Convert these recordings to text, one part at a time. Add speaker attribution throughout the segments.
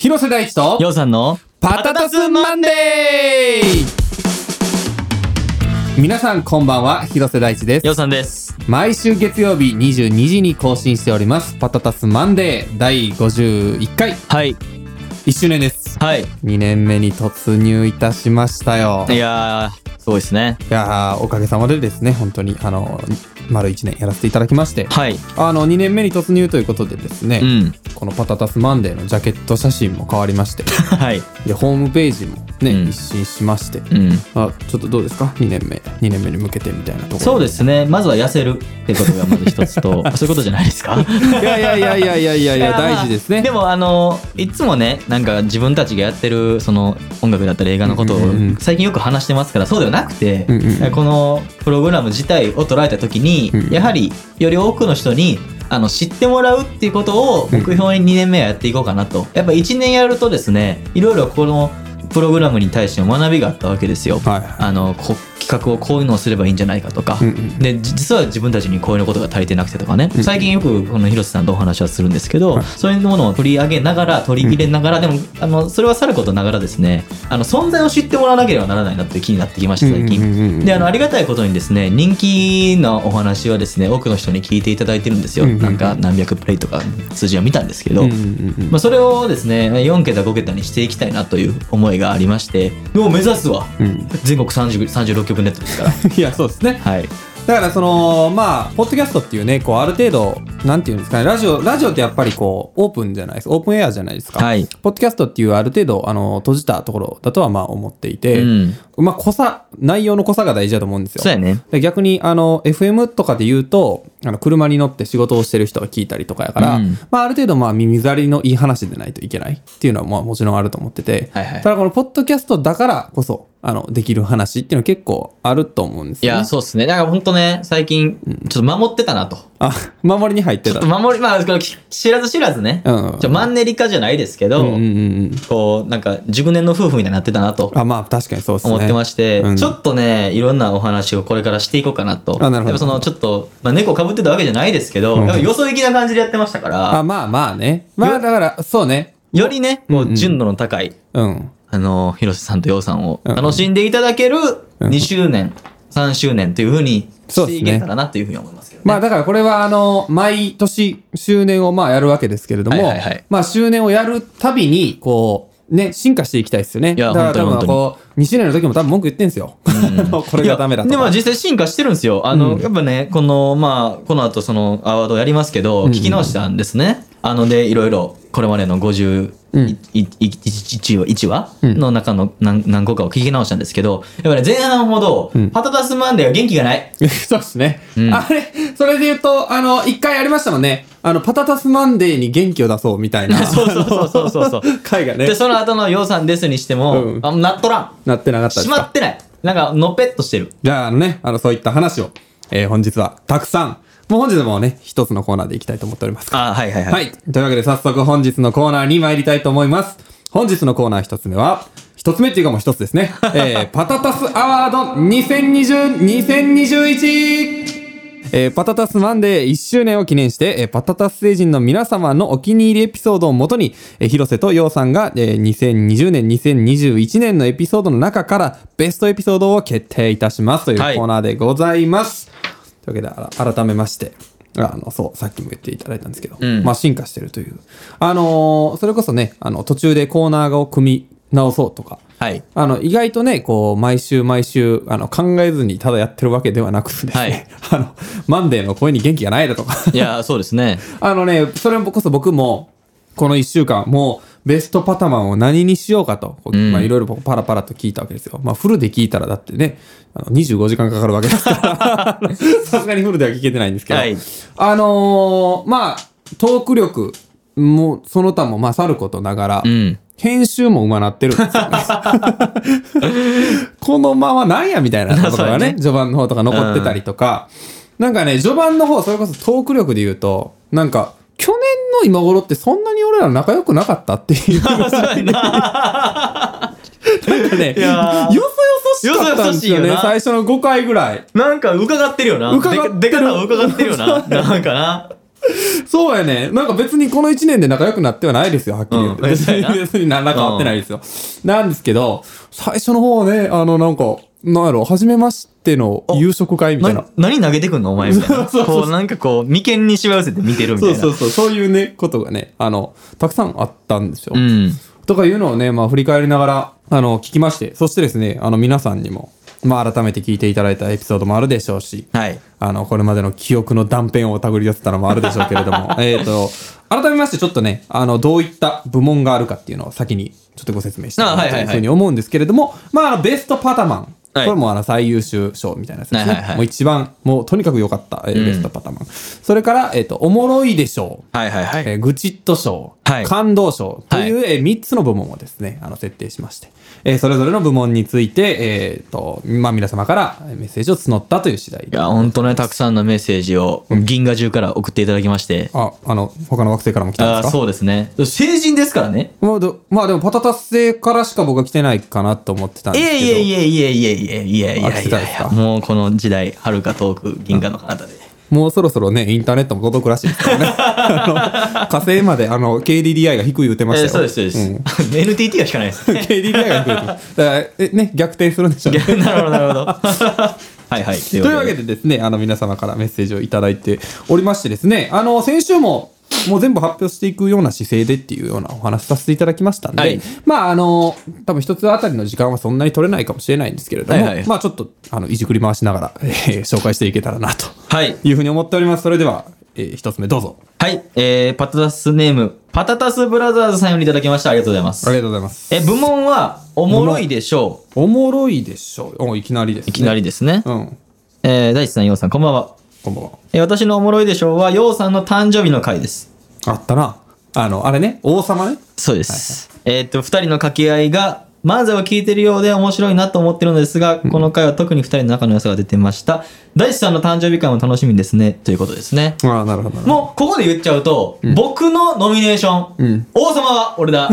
Speaker 1: 広瀬大地と
Speaker 2: ようさんの
Speaker 1: パタタスマンデー皆さんこんばんは広瀬大地です
Speaker 2: ようさんです。
Speaker 1: 毎週月曜日22時に更新しておりますパタタスマンデー第51回
Speaker 2: はい
Speaker 1: 1周年です
Speaker 2: はい。
Speaker 1: 2年目に突入いたしましたよ
Speaker 2: いやーすごいですね。
Speaker 1: いやーおかげさまでですね本当にあの丸1年やらせていただきまして
Speaker 2: はい。
Speaker 1: あの2年目に突入ということでですね、
Speaker 2: うん。
Speaker 1: このパタタスマンデーのジャケット写真も変わりま して
Speaker 2: はい。
Speaker 1: でホームページもね、
Speaker 2: うん
Speaker 1: 一新しまして
Speaker 2: うん。
Speaker 1: あちょっとどうですか2年目2年目に向けてみたいなところ
Speaker 2: そうですね。まずは痩せるってことがまず一つ と、そういうことじゃないですか。
Speaker 1: いやいやいやいやいやいやいや
Speaker 2: まあ
Speaker 1: 大事ですね
Speaker 2: でもあのいつもねなんか自分たちがやってるその音楽だったり映画のことを
Speaker 1: うんうんうん
Speaker 2: 最近よく話してますからそうではなくて、
Speaker 1: うんうんうん
Speaker 2: このプログラム自体を捉えた時に、
Speaker 1: うん
Speaker 2: やはりより多くの人にあの知ってもらうっていうことを目標に2年目はやっていこうかなと、やっぱ1年やるとですねいろいろこのプログラムに対しての学びがあったわけですよ。
Speaker 1: はいは
Speaker 2: あのこ企画をこういうのをすればいいんじゃないかとか、
Speaker 1: うんうん
Speaker 2: でじ実は自分たちにこういうことが足りてなくてとかね、
Speaker 1: うん
Speaker 2: 最近よくこの広瀬さんとお話はするんですけど、
Speaker 1: はい
Speaker 2: そういうものを取り上げながら取り入れながら、でもあのそれはさることながらですねあの存在を知ってもらわなければならないなっていう気になってきました最近。
Speaker 1: うんうんうんうん
Speaker 2: であのありがたいことにですね人気のお話はですね多くの人に聞いていただいてるんですよ、
Speaker 1: うんうんうん
Speaker 2: なんか何百プレイとか数字は見たんですけど、
Speaker 1: うんうんうん
Speaker 2: まあ、それをですね4桁5桁にしていきたいなという思いがありましてもう目指すわ
Speaker 1: うん
Speaker 2: 全国30 36局ネットで すから。
Speaker 1: いやそうですね
Speaker 2: はい、
Speaker 1: だからそのまあポッドキャストっていうねこうある程度なんていうんですかねラジオラジオってやっぱりこうオープンじゃないですかオープンエアじゃないですか、
Speaker 2: はい
Speaker 1: ポッドキャストっていうある程度あの閉じたところだとはまあ思っていて、
Speaker 2: うん、
Speaker 1: まあ濃さ内容の濃さが大事だと思うんですよ
Speaker 2: そうやね
Speaker 1: で逆にあの FM とかで言うとあの車に乗って仕事をしてる人が聞いたりとかやから、
Speaker 2: うん
Speaker 1: まあ、ある程度まあ耳障りのいい話でないといけないっていうのはまあもちろんあると思ってて、
Speaker 2: はいはい
Speaker 1: ただこのポッドキャストだからこそあのできる話っていうのは結構あると思うんです
Speaker 2: い
Speaker 1: よ、ね。
Speaker 2: やそうですねだから本当ね最近ちょっと守ってたなと
Speaker 1: あ守りに入って
Speaker 2: ちょ
Speaker 1: た。
Speaker 2: っと守りまあこれ知らず知らずね、
Speaker 1: うん
Speaker 2: ちょマンネリ化じゃないですけど、
Speaker 1: うんうんうん、
Speaker 2: こうなんか熟年の夫婦みたいになってたなと
Speaker 1: あまあ確かにそうですね。
Speaker 2: 思ってまして、
Speaker 1: うん
Speaker 2: ちょっとねいろんなお話をこれからしていこうかなと
Speaker 1: あなるほど
Speaker 2: やっぱそのちょっと、まあ、猫かぶってたわけじゃないですけど、
Speaker 1: うん
Speaker 2: やっぱよそ行きな感じでやってましたから
Speaker 1: あまあまあね。まあ
Speaker 2: よ
Speaker 1: だからそうね。
Speaker 2: よりね
Speaker 1: うん
Speaker 2: こ
Speaker 1: うん
Speaker 2: う純度の高い、
Speaker 1: うん。
Speaker 2: あの広瀬さんと陽さんを
Speaker 1: うん
Speaker 2: 楽しんでいただける
Speaker 1: うん
Speaker 2: 2周年、3周年というふうに
Speaker 1: そうで
Speaker 2: して
Speaker 1: すね
Speaker 2: いけたらなというふうに思いますけどね。
Speaker 1: まあだからこれはあの毎年周年をまあやるわけですけれども、
Speaker 2: はいはいはい
Speaker 1: まあ周年をやるたびにこうね進化していきたいですよね。
Speaker 2: いや
Speaker 1: だから多
Speaker 2: 本
Speaker 1: 分
Speaker 2: 当に
Speaker 1: こう2周年の時も多分文句言ってんすよ。 あのこれがダメだと
Speaker 2: いやでも
Speaker 1: か。
Speaker 2: 実際進化してるんですよ。あの、
Speaker 1: うん
Speaker 2: やっぱね、この、まあ、この後そのアワードやりますけど、
Speaker 1: うん
Speaker 2: 聞き直したんですね。あの、で、いろいろ、これまでの51、1話、一話
Speaker 1: うん
Speaker 2: の中の何何個かを聞き直したんですけど、やっぱり前半ほど
Speaker 1: うん、
Speaker 2: パタタスマンデーは元気がない。
Speaker 1: そうですね、
Speaker 2: うん
Speaker 1: あれそれで言うとあの一回ありましたもんねあのパタタスマンデーに元気を出そうみたいな
Speaker 2: そうそうそうそうそうそう
Speaker 1: あの回が ね
Speaker 2: で、その後のようさんですにしても、
Speaker 1: うん
Speaker 2: あなっとらん。
Speaker 1: なってなかったで
Speaker 2: し
Speaker 1: す
Speaker 2: ま
Speaker 1: か
Speaker 2: ってない。なんか、のぺっとしてる。
Speaker 1: じゃあ、あのね、あの、そういった話を、えー本日はたくさん、もう本日もね、一つのコーナーでいきたいと思っております。
Speaker 2: あ、はいはいはい。
Speaker 1: はい。というわけで早速本日のコーナーに参りたいと思います。本日のコーナー一つ目は、一つ目っていうかもう一つです ね。えー、パタタスアワード2020、2021! えーパタタスマンデー1周年を記念して、えーパタタス星人の皆様のお気に入りエピソードをもとに、えー広瀬と陽さんが、えー2020年、2021年のエピソードの中からベストエピソードを決定いたしますという
Speaker 2: はい
Speaker 1: コーナーでございます。というわけであら、改めまして、あの、そう、さっきも言っていただいたんですけど、
Speaker 2: うん
Speaker 1: まあ、進化してるという。あのーそれこそね、あの、途中でコーナーを組み直そうとか、
Speaker 2: はい。
Speaker 1: あの、意外とね、こう、毎週毎週、あの、考えずにただやってるわけではなくてですね、 あの、マンデーの声に元気がないだとか、
Speaker 2: いや、そうですね。
Speaker 1: あのね、それこそ僕も、この1週間、もう、ベストパタマンを何にしようかと、こう
Speaker 2: うん
Speaker 1: まあ、いろいろ僕パラパラと聞いたわけですよ。まあ、フルで聞いたら、だってね、あの25時間かかるわけですから、あ のさすがにフルでは聞けてないんですけど、
Speaker 2: はい
Speaker 1: あのーまあ、トーク力も、その他も、まあ、さることながら、
Speaker 2: うん。
Speaker 1: 編集もうまなってるんですよね。このままなんやみたいなところが
Speaker 2: そう
Speaker 1: ね、
Speaker 2: やね
Speaker 1: 序盤の方とか残ってたりとか、なんかね、序盤の方、それこそトーク力で言うと、なんか、去年の今頃ってそんなに俺ら仲良くなかったって いう。なんかね、
Speaker 2: い
Speaker 1: よ
Speaker 2: や
Speaker 1: そ
Speaker 2: ー
Speaker 1: よそしかったんですよ
Speaker 2: よそよそしいよ
Speaker 1: ね、
Speaker 2: な
Speaker 1: 最初の5回ぐらい。
Speaker 2: なんか伺ってるよな。
Speaker 1: 伺ってる
Speaker 2: で出方を伺ってるよな。なんかな。
Speaker 1: そうやね。なんか別にこの1年で仲良くなってはないですよ、はっきり言って。
Speaker 2: うん
Speaker 1: 別
Speaker 2: そうやな
Speaker 1: に、別に何ら変わってないですよ。なんですけど、最初の方はね、あの、なんか、なんやろ、初めましての夕食会みたいな
Speaker 2: な。何投げてくんのお前みたいな。
Speaker 1: そうそうそう
Speaker 2: こうなんかこう、眉間にしわ寄せて見てるみたい
Speaker 1: そう
Speaker 2: な。
Speaker 1: そううそう、そういうね、ことがね、あの、たくさんあったんですよ。
Speaker 2: ん。
Speaker 1: とかいうのをね、まあ振り返りながら、あの、聞きまして、そしてですね、あの、皆さんにも、まあ改めて聞いていただいたエピソードもあるでしょうし、
Speaker 2: はい。
Speaker 1: あの、これまでの記憶の断片を手繰り寄せたのもあるでしょうけれど も、えっと、改めましてちょっとね、あの、どういった部門があるかっていうのを先にちょっとご説明したい
Speaker 2: あ
Speaker 1: な
Speaker 2: はい
Speaker 1: と
Speaker 2: はいいうはい
Speaker 1: ふうに思うんですけれども、まあ、あの、ベストパタマン。
Speaker 2: はい
Speaker 1: これもあの最優秀賞みたいなやつですね。
Speaker 2: はいはいはい
Speaker 1: もう一番、もうとにかく良かった、えー
Speaker 2: うん
Speaker 1: ベストパタマン。それから、えっ、と、おもろいでしょう。
Speaker 2: はいはいはい。
Speaker 1: えー、愚痴っと賞、
Speaker 2: はい
Speaker 1: 感動賞という、えー、3つの部門をですね、あの、設定しまして、えーそれぞれの部門について、えー、と、まあ、皆様からメッセージを募ったという次第
Speaker 2: いや、本当ね、たくさんのメッセージを銀河中から送っていただきまして。
Speaker 1: あ、あの、他の惑星からも来た
Speaker 2: あ
Speaker 1: んですか
Speaker 2: そうですね。成人ですからね。
Speaker 1: まあどまあでも、パタタス星からしか僕は来てないかなと思ってたん
Speaker 2: い
Speaker 1: ですけ
Speaker 2: や
Speaker 1: ど。
Speaker 2: いやいやいやいやいやいやい
Speaker 1: あ
Speaker 2: や
Speaker 1: 来て
Speaker 2: い
Speaker 1: たんです
Speaker 2: や
Speaker 1: か
Speaker 2: もうこの時代、はるか遠く銀河の彼方で。
Speaker 1: もうそろそろね、インターネットも届くらしいです からね。あの、火星まで、あの、KDDI が低い言ってまし
Speaker 2: え
Speaker 1: た
Speaker 2: ー
Speaker 1: よ。
Speaker 2: そうです、 そうです。
Speaker 1: ん
Speaker 2: NTT がしかないですね。
Speaker 1: KDDI が低い言ってます。だから、え、ね、逆転するんでしょうね。
Speaker 2: なるほど、なるほど。はいはい。と
Speaker 1: というわけでですね、あの皆様からメッセージをいただいておりましてですね、あの先週ももう全部発表していくような姿勢でっていうようなお話させていただきましたんで、
Speaker 2: はい
Speaker 1: まああの、多分一つあたりの時間はそんなに取れないかもしれないんですけれども、
Speaker 2: はいはい
Speaker 1: まあちょっと、あの、いじくり回しながら、えー紹介していけたらなと
Speaker 2: はい。
Speaker 1: いうふうに思っております。それでは、えー一つ目どうぞ。
Speaker 2: はい。えー、パタタスネーム、パタタスブラザーズさんよりいただきました。ありがとうございま
Speaker 1: あり
Speaker 2: す。
Speaker 1: がとうございます。
Speaker 2: え、部門は、おもろいでしょ
Speaker 1: おもろいでしょう。おいきなりです、
Speaker 2: う。いきな
Speaker 1: り。
Speaker 2: りですね。
Speaker 1: うん。
Speaker 2: えー、大地さん、ようさん、こんばんは。
Speaker 1: こんばんは。
Speaker 2: えー私のおもろいでしょうは、ようさんの誕生日の回です。
Speaker 1: あったな。あの、あれね、王様ね。
Speaker 2: そうです。えーっと、二人の掛け合いが、漫才を聞いてるようで面白いなと思ってるのですが、この回は特に二人の仲の良さが出てました。大地さんの誕生日会も楽しみですね。ということですね。
Speaker 1: ああ、なるほどなるほど。
Speaker 2: もう、ここで言っちゃうと、僕のノミネーション、
Speaker 1: ん
Speaker 2: 王様は 俺だ。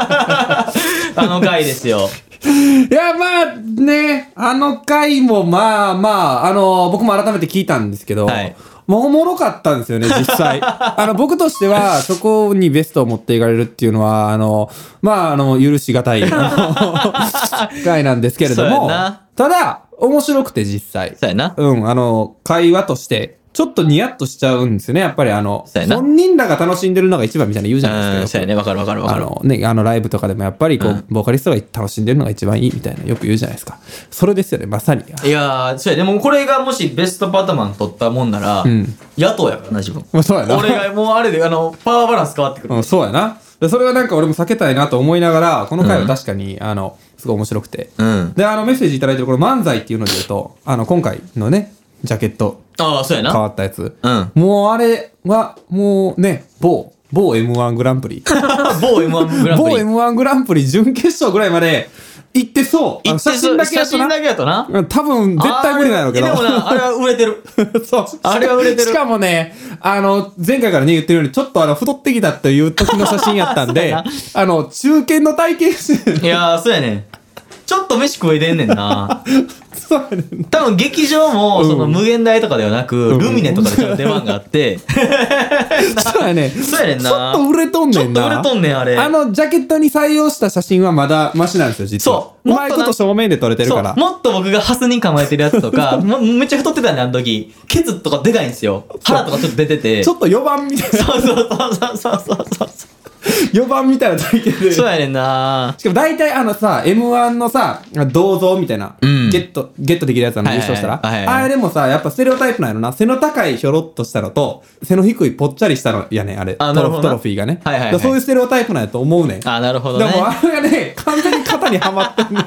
Speaker 2: あの回ですよ。
Speaker 1: いや、まあね、あの回もまあまあ、あの、僕も改めて聞いたんですけど、
Speaker 2: はい
Speaker 1: もうおもろかったんですよ ね、実際。あの、僕としては、そこにベストを持っていかれるっていうのは、あの、まあ、あの、許しがたい、あ の回なんですけれど
Speaker 2: そうや
Speaker 1: も
Speaker 2: な、
Speaker 1: ただ、面白くて実際。
Speaker 2: そうやな。
Speaker 1: うん、あの、会話として、ちょっとニヤッとしちゃうんですよね、やっぱりあの
Speaker 2: そうや、な
Speaker 1: 本人らが楽しんでるのが一番みたいな言うじゃないです
Speaker 2: う
Speaker 1: か。
Speaker 2: ん、そうやね。わかるわかるわ
Speaker 1: あ
Speaker 2: かる。
Speaker 1: のね、あのライブとかでもやっぱりこう、ボーカリストが楽しんでるのが一番いいみたいなよく言うじゃないですか。それですよね、まさに。
Speaker 2: いやー、そうや。でもこれがもしベストパタマン取ったもんなら、
Speaker 1: ん
Speaker 2: 野党やからな、自分。
Speaker 1: まあ、そうやな。
Speaker 2: 俺がもうあれで、あの、パワーバランス変わってくる。
Speaker 1: うん、そうやな。でそれはなんか俺も避けたいなと思いながら、この回は確かに、あの、すごい面白くて。
Speaker 2: うん。
Speaker 1: で、あのメッセージいただいてるこの漫才っていうので言うと、あの、今回のね、ジャケット
Speaker 2: ああ、そうや
Speaker 1: 変わ
Speaker 2: な。
Speaker 1: ったやつ。
Speaker 2: うん。
Speaker 1: もうあれは、もうね、某、某 M1 グランプリ。
Speaker 2: 某 M1 グランプ
Speaker 1: 某
Speaker 2: リ。
Speaker 1: M1 グランプリ準決勝ぐらいまで行ってそう。あ
Speaker 2: 行
Speaker 1: の
Speaker 2: ってそう
Speaker 1: 写真だけや
Speaker 2: 写
Speaker 1: と
Speaker 2: 真
Speaker 1: な
Speaker 2: だ。けやとな。
Speaker 1: うん多分、絶対無理なんやろうけど。
Speaker 2: あーあれでもな、あれは売れてる。
Speaker 1: そう。
Speaker 2: あれは売れてる
Speaker 1: しかもね、あの、前回からね、言ってるように、ちょっとあの、太ってきたという時の写真やったんで、
Speaker 2: そうや
Speaker 1: あの、中堅の体験して、
Speaker 2: いやー、そうやね。ちょっと飯食えてんねんな。
Speaker 1: そうやねん
Speaker 2: 多分劇場も、その無限大とかではなく、
Speaker 1: うん
Speaker 2: ルミネとかでちょっと出番があって、
Speaker 1: そうやねん。
Speaker 2: そうやねん
Speaker 1: ちょ
Speaker 2: な
Speaker 1: っと売れとん
Speaker 2: ち
Speaker 1: ね
Speaker 2: ょ
Speaker 1: ん
Speaker 2: っ
Speaker 1: な。
Speaker 2: と売れとんねん、あれ。
Speaker 1: あの、ジャケットに採用した写真はまだマシなんですよ、実は。
Speaker 2: そうもっとな
Speaker 1: うまいこと正面で撮れてる
Speaker 2: そ
Speaker 1: か
Speaker 2: う
Speaker 1: ら。
Speaker 2: もっと僕がハスに構えてるやつと か、もめっちゃ太ってたね、あの時。ケツとかでかいんですよ。腹とかちょっと出てて。
Speaker 1: ち
Speaker 2: そ
Speaker 1: ょ
Speaker 2: う
Speaker 1: っと4番みたいな、
Speaker 2: そうそうそうそうそうそ
Speaker 1: 4番みたいな体験で。
Speaker 2: う。そうやねんな
Speaker 1: しかも大体あのさ、M1 のさ、銅像みたいな、
Speaker 2: うん
Speaker 1: ゲット、ゲットできるやつあの
Speaker 2: はい
Speaker 1: 優
Speaker 2: はい
Speaker 1: 勝したら、
Speaker 2: はいはいはい
Speaker 1: あれでもさ、やっぱステレオタイプなんやろな、背の高いひょろっとしたのと、背の低いぽっちゃりしたのやねん、あれ。
Speaker 2: あ
Speaker 1: ト
Speaker 2: なる
Speaker 1: ロ
Speaker 2: ほ
Speaker 1: フ
Speaker 2: どな
Speaker 1: トロフィーがね。
Speaker 2: はいはいはい
Speaker 1: だからそういうステレオタイプなんやと思うねん。
Speaker 2: あ、なるほど
Speaker 1: で
Speaker 2: ね。
Speaker 1: もあれがね、完全に肩にはまってん ねん。っ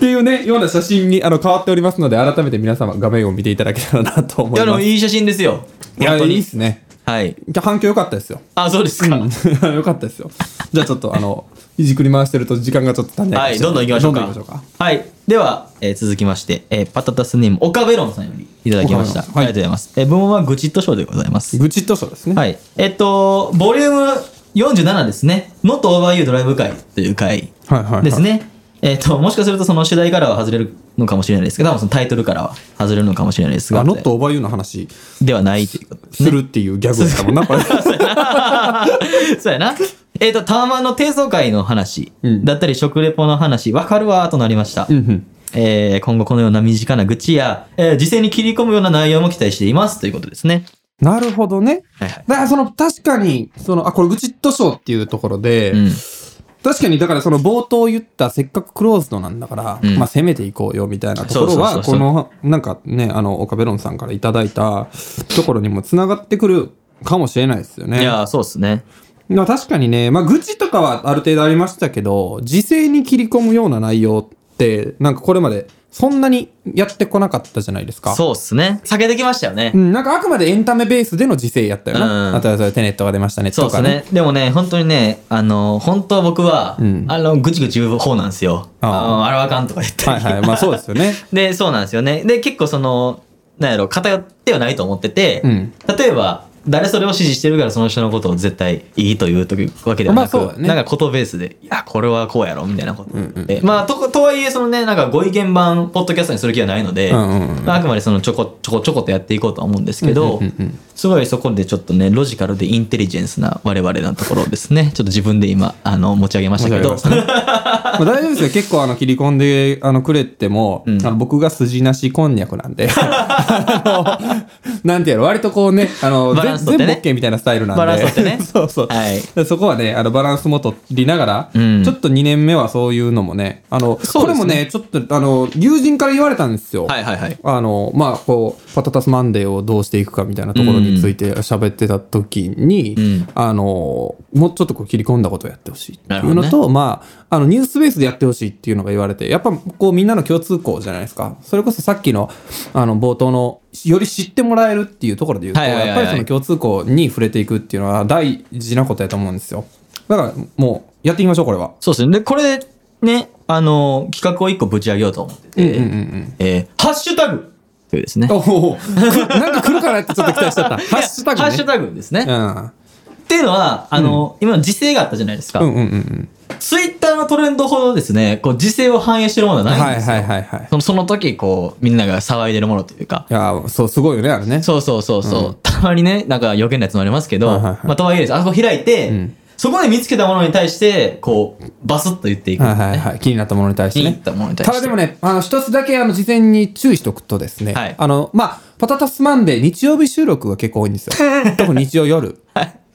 Speaker 1: ていうね、ような写真にあの変わっておりますので、改めて皆様画面を見ていただけたらなと思
Speaker 2: いや、
Speaker 1: い
Speaker 2: で
Speaker 1: ま
Speaker 2: も
Speaker 1: す。
Speaker 2: いい写真ですよ。
Speaker 1: いや、
Speaker 2: 本当
Speaker 1: いいっ
Speaker 2: に。
Speaker 1: すね。
Speaker 2: はい。
Speaker 1: 反響良かったですよ。
Speaker 2: あ、そうですか。
Speaker 1: うん よかったですよ。じゃあちょっとあの、いじくり回してると時間がちょっと足りないか
Speaker 2: は
Speaker 1: も
Speaker 2: い、
Speaker 1: しれ
Speaker 2: どんど
Speaker 1: なんい
Speaker 2: 行きましょうか。
Speaker 1: どんどん行きましょう
Speaker 2: はい。では、えー続きまして、えーパタタスネーム、岡ベロンさんよりいただきました。
Speaker 1: 岡ベロンはい
Speaker 2: ありがとうございます。えー部門は愚痴っと賞でございます
Speaker 1: か。。愚痴っとそうですね。
Speaker 2: はい。えっと、ボリューム47ですね。ノットオーバーユードライブ会という回
Speaker 1: はいはいはい
Speaker 2: ですね。えっ、と、もしかするとその主題からは外れるのかもしれないですけど、多分そのタイトルからは外れるのかもしれないですが、
Speaker 1: あのとおばゆうの話
Speaker 2: ではないということです
Speaker 1: す
Speaker 2: ね。
Speaker 1: るっていうギャグだったもんな、これ。
Speaker 2: そうやな。えっ、と、タワマンの低層階の話、
Speaker 1: うん
Speaker 2: だったり食レポの話、わかるわーとなりました。
Speaker 1: うんうん
Speaker 2: えー今後このような身近な愚痴や、えー、時勢に切り込むような内容も期待していますということですね。
Speaker 1: なるほどね。
Speaker 2: はいはい。
Speaker 1: だからその確かに、その、あ、これ愚痴っとショーっていうところで、
Speaker 2: うん。
Speaker 1: 確かにだからその冒頭言ったせっかくクローズドなんだから、
Speaker 2: うん
Speaker 1: まあ攻めていこうよみたいなところ
Speaker 2: そうそうそう
Speaker 1: は、
Speaker 2: そう
Speaker 1: この、なんかね、あの、岡ベロンさんからいただいたところにも繋がってくるかもしれないですよね。
Speaker 2: いやー、そうっすね。
Speaker 1: まあ確かにね、まあ愚痴とかはある程度ありましたけど、時勢に切り込むような内容って、なんかこれまでそんなにやってこなかったじゃないですか。
Speaker 2: そうっすね。避けてきましたよね
Speaker 1: う。ん、なんかあくまでエンタメベースでの時勢やったよな。
Speaker 2: うん
Speaker 1: あとはそれテネットが出ましたね
Speaker 2: そう
Speaker 1: と
Speaker 2: っす
Speaker 1: かね。
Speaker 2: ね。でもね、本当にね、あのー、本当は僕は、
Speaker 1: うん
Speaker 2: あの、ぐちぐち言う方なんですよ。
Speaker 1: あー
Speaker 2: あのあれはあかんとか言った
Speaker 1: は
Speaker 2: り。
Speaker 1: いはい。まあそうですよね。
Speaker 2: で、そうなんですよね。で、結構その、なんやろ、偏ってはないと思ってて、
Speaker 1: うん
Speaker 2: 例えば、誰それを支持してるからその人のことを絶対いいというときわけではなく、
Speaker 1: まあそうだね
Speaker 2: なんかことベースで、いや、これはこうやろ、みたいなこと。
Speaker 1: んうん
Speaker 2: でまあ、とこ、とはいえ、そのね、なんかご意見版、ポッドキャストにする気はないので、
Speaker 1: うんうんうん
Speaker 2: まあ、あくまでそのちょこちょこちょことやっていこうとは思うんですけ
Speaker 1: うん
Speaker 2: ど、
Speaker 1: うんうんうん
Speaker 2: すごいそこでちょっとね、ロジカルでインテリジェンスな我々のところをですね、ちょっと自分で今、あの、持ち上げましたけど、
Speaker 1: 申し訳ありませんまあ大丈夫ですよ。結構あの切り込んであのくれても、
Speaker 2: うん
Speaker 1: あの僕が筋なしこんにゃく なんで、あのなんてやろ、割とこうね、あの、
Speaker 2: バラ
Speaker 1: 全
Speaker 2: ンス取って
Speaker 1: 全
Speaker 2: ね
Speaker 1: 部 OK みたいなスタイルなんで。
Speaker 2: バランス取ってね
Speaker 1: そうそう。
Speaker 2: はい。
Speaker 1: でそこはね、あのバランスも取りながら、
Speaker 2: うん
Speaker 1: ちょっと2年目はそういうのもね、あの、
Speaker 2: そ
Speaker 1: こ
Speaker 2: うで
Speaker 1: れ
Speaker 2: すね
Speaker 1: もね、ちょっと、あの、友人から言われたんですよ。
Speaker 2: はいはいはい。
Speaker 1: あの、まあ、こう、パタタスマンデーをどうしていくかみたいなところについて喋ってた時に、
Speaker 2: うん
Speaker 1: あの、もうちょっとこう切り込んだことをやってほしいっていう
Speaker 2: な
Speaker 1: の
Speaker 2: る
Speaker 1: と、まあ、あの、ニュースベースでやってほしいっていうのが言われて、やっぱこうみんなの共通項じゃないですか。それこそさっきの、あの、冒頭の、より知ってもらえるっていうところで言うと、
Speaker 2: はいはいはいはい
Speaker 1: やっぱりその共通項に触れていくっていうのは大事なことやと思うんですよ。だから、もう、やっていきましょう、これ は。
Speaker 2: そうですね。で、これでね、あのー企画を一個ぶち上げようと思ってて、
Speaker 1: うんうんうん
Speaker 2: えーハッシュタグというですね。
Speaker 1: おお、 なんか来るかなってちょっと期待しちゃった。ハッシュタグ
Speaker 2: ハ
Speaker 1: ね。
Speaker 2: ッシュタグですね。
Speaker 1: うん。
Speaker 2: っていうのは、あのー今の時勢があったじゃないですか。
Speaker 1: うんうんうんうん。
Speaker 2: ツイッターのトレンドほどですね、こう時勢を反映してるものはないんですよ。
Speaker 1: はいはいはいはい
Speaker 2: そのその時、こう、みんなが騒いでるものというか。
Speaker 1: いやそうすごいよねあれね
Speaker 2: そうそうそうそう、たまにね、なんか余計なやつもありますけど、
Speaker 1: はいはいはい
Speaker 2: まあとはいえです、あそこ開いて、
Speaker 1: うん
Speaker 2: そこで見つけたものに対して、こう、バスッと言っていく。
Speaker 1: はいはいはい気になったものに対して
Speaker 2: 気に入
Speaker 1: ね
Speaker 2: ったものに対して。
Speaker 1: ただでもねあの一つだけあの事前に注意しておくとですね、
Speaker 2: はい
Speaker 1: あのまあパタタスマンデー日曜日収録が結構多いんですよ 特に日曜夜、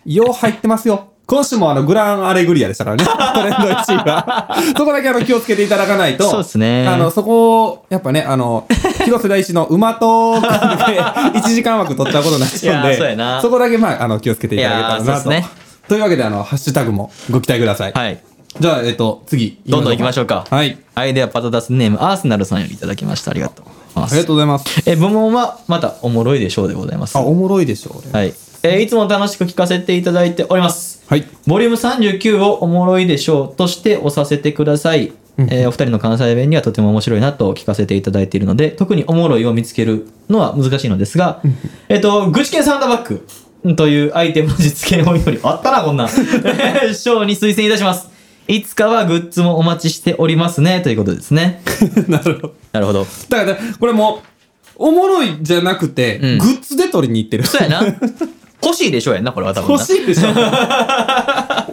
Speaker 1: よう入ってますよ今週もあのグランアレグリアでしたからね トレンド1位はそこだけあの気をつけていただかないと
Speaker 2: そうですね
Speaker 1: あのそこをやっぱねあの広瀬大師の馬と1 時間枠取っちゃうことになっちゃうんで
Speaker 2: いやそうやな
Speaker 1: こだけまああの気をつけていただけたら
Speaker 2: いや
Speaker 1: なと
Speaker 2: ーそうっすね
Speaker 1: というわけであのハッシュタグもご期待ください、
Speaker 2: はい。
Speaker 1: じゃあ、えっと、次。
Speaker 2: どんどん行きましょうか。
Speaker 1: はい。
Speaker 2: はい、ではパタダスネーム、アーセナルさんよりいただきました。ありがとうござい
Speaker 1: あ
Speaker 2: ま
Speaker 1: りが
Speaker 2: す。
Speaker 1: とうございます。
Speaker 2: え、部門はまたおもろいでしょうでございます。
Speaker 1: あ、
Speaker 2: は
Speaker 1: おもろいでしょ、俺。
Speaker 2: い。えーいつも楽しく聞かせていただいております。
Speaker 1: はい。
Speaker 2: ボリューム39をおもろいでしょうとして押させてください。えーお二人の関西弁にはとても面白いなと聞かせていただいているので、特におもろいを見つけるのは難しいのですが、えっと、愚痴犬サンダーバッグというアイテムの実現をより、あったな、こ んなん。えー賞に推薦いたします。いつかはグッズもお待ちしておりますね、ということですね。
Speaker 1: なるほど。
Speaker 2: なるほど。
Speaker 1: だから、これも、おもろいじゃなくて、
Speaker 2: うん
Speaker 1: グッズで取りに行ってる。
Speaker 2: そうやな。欲しいでしょうやんな、これは多分な。
Speaker 1: 欲しいで しょ。は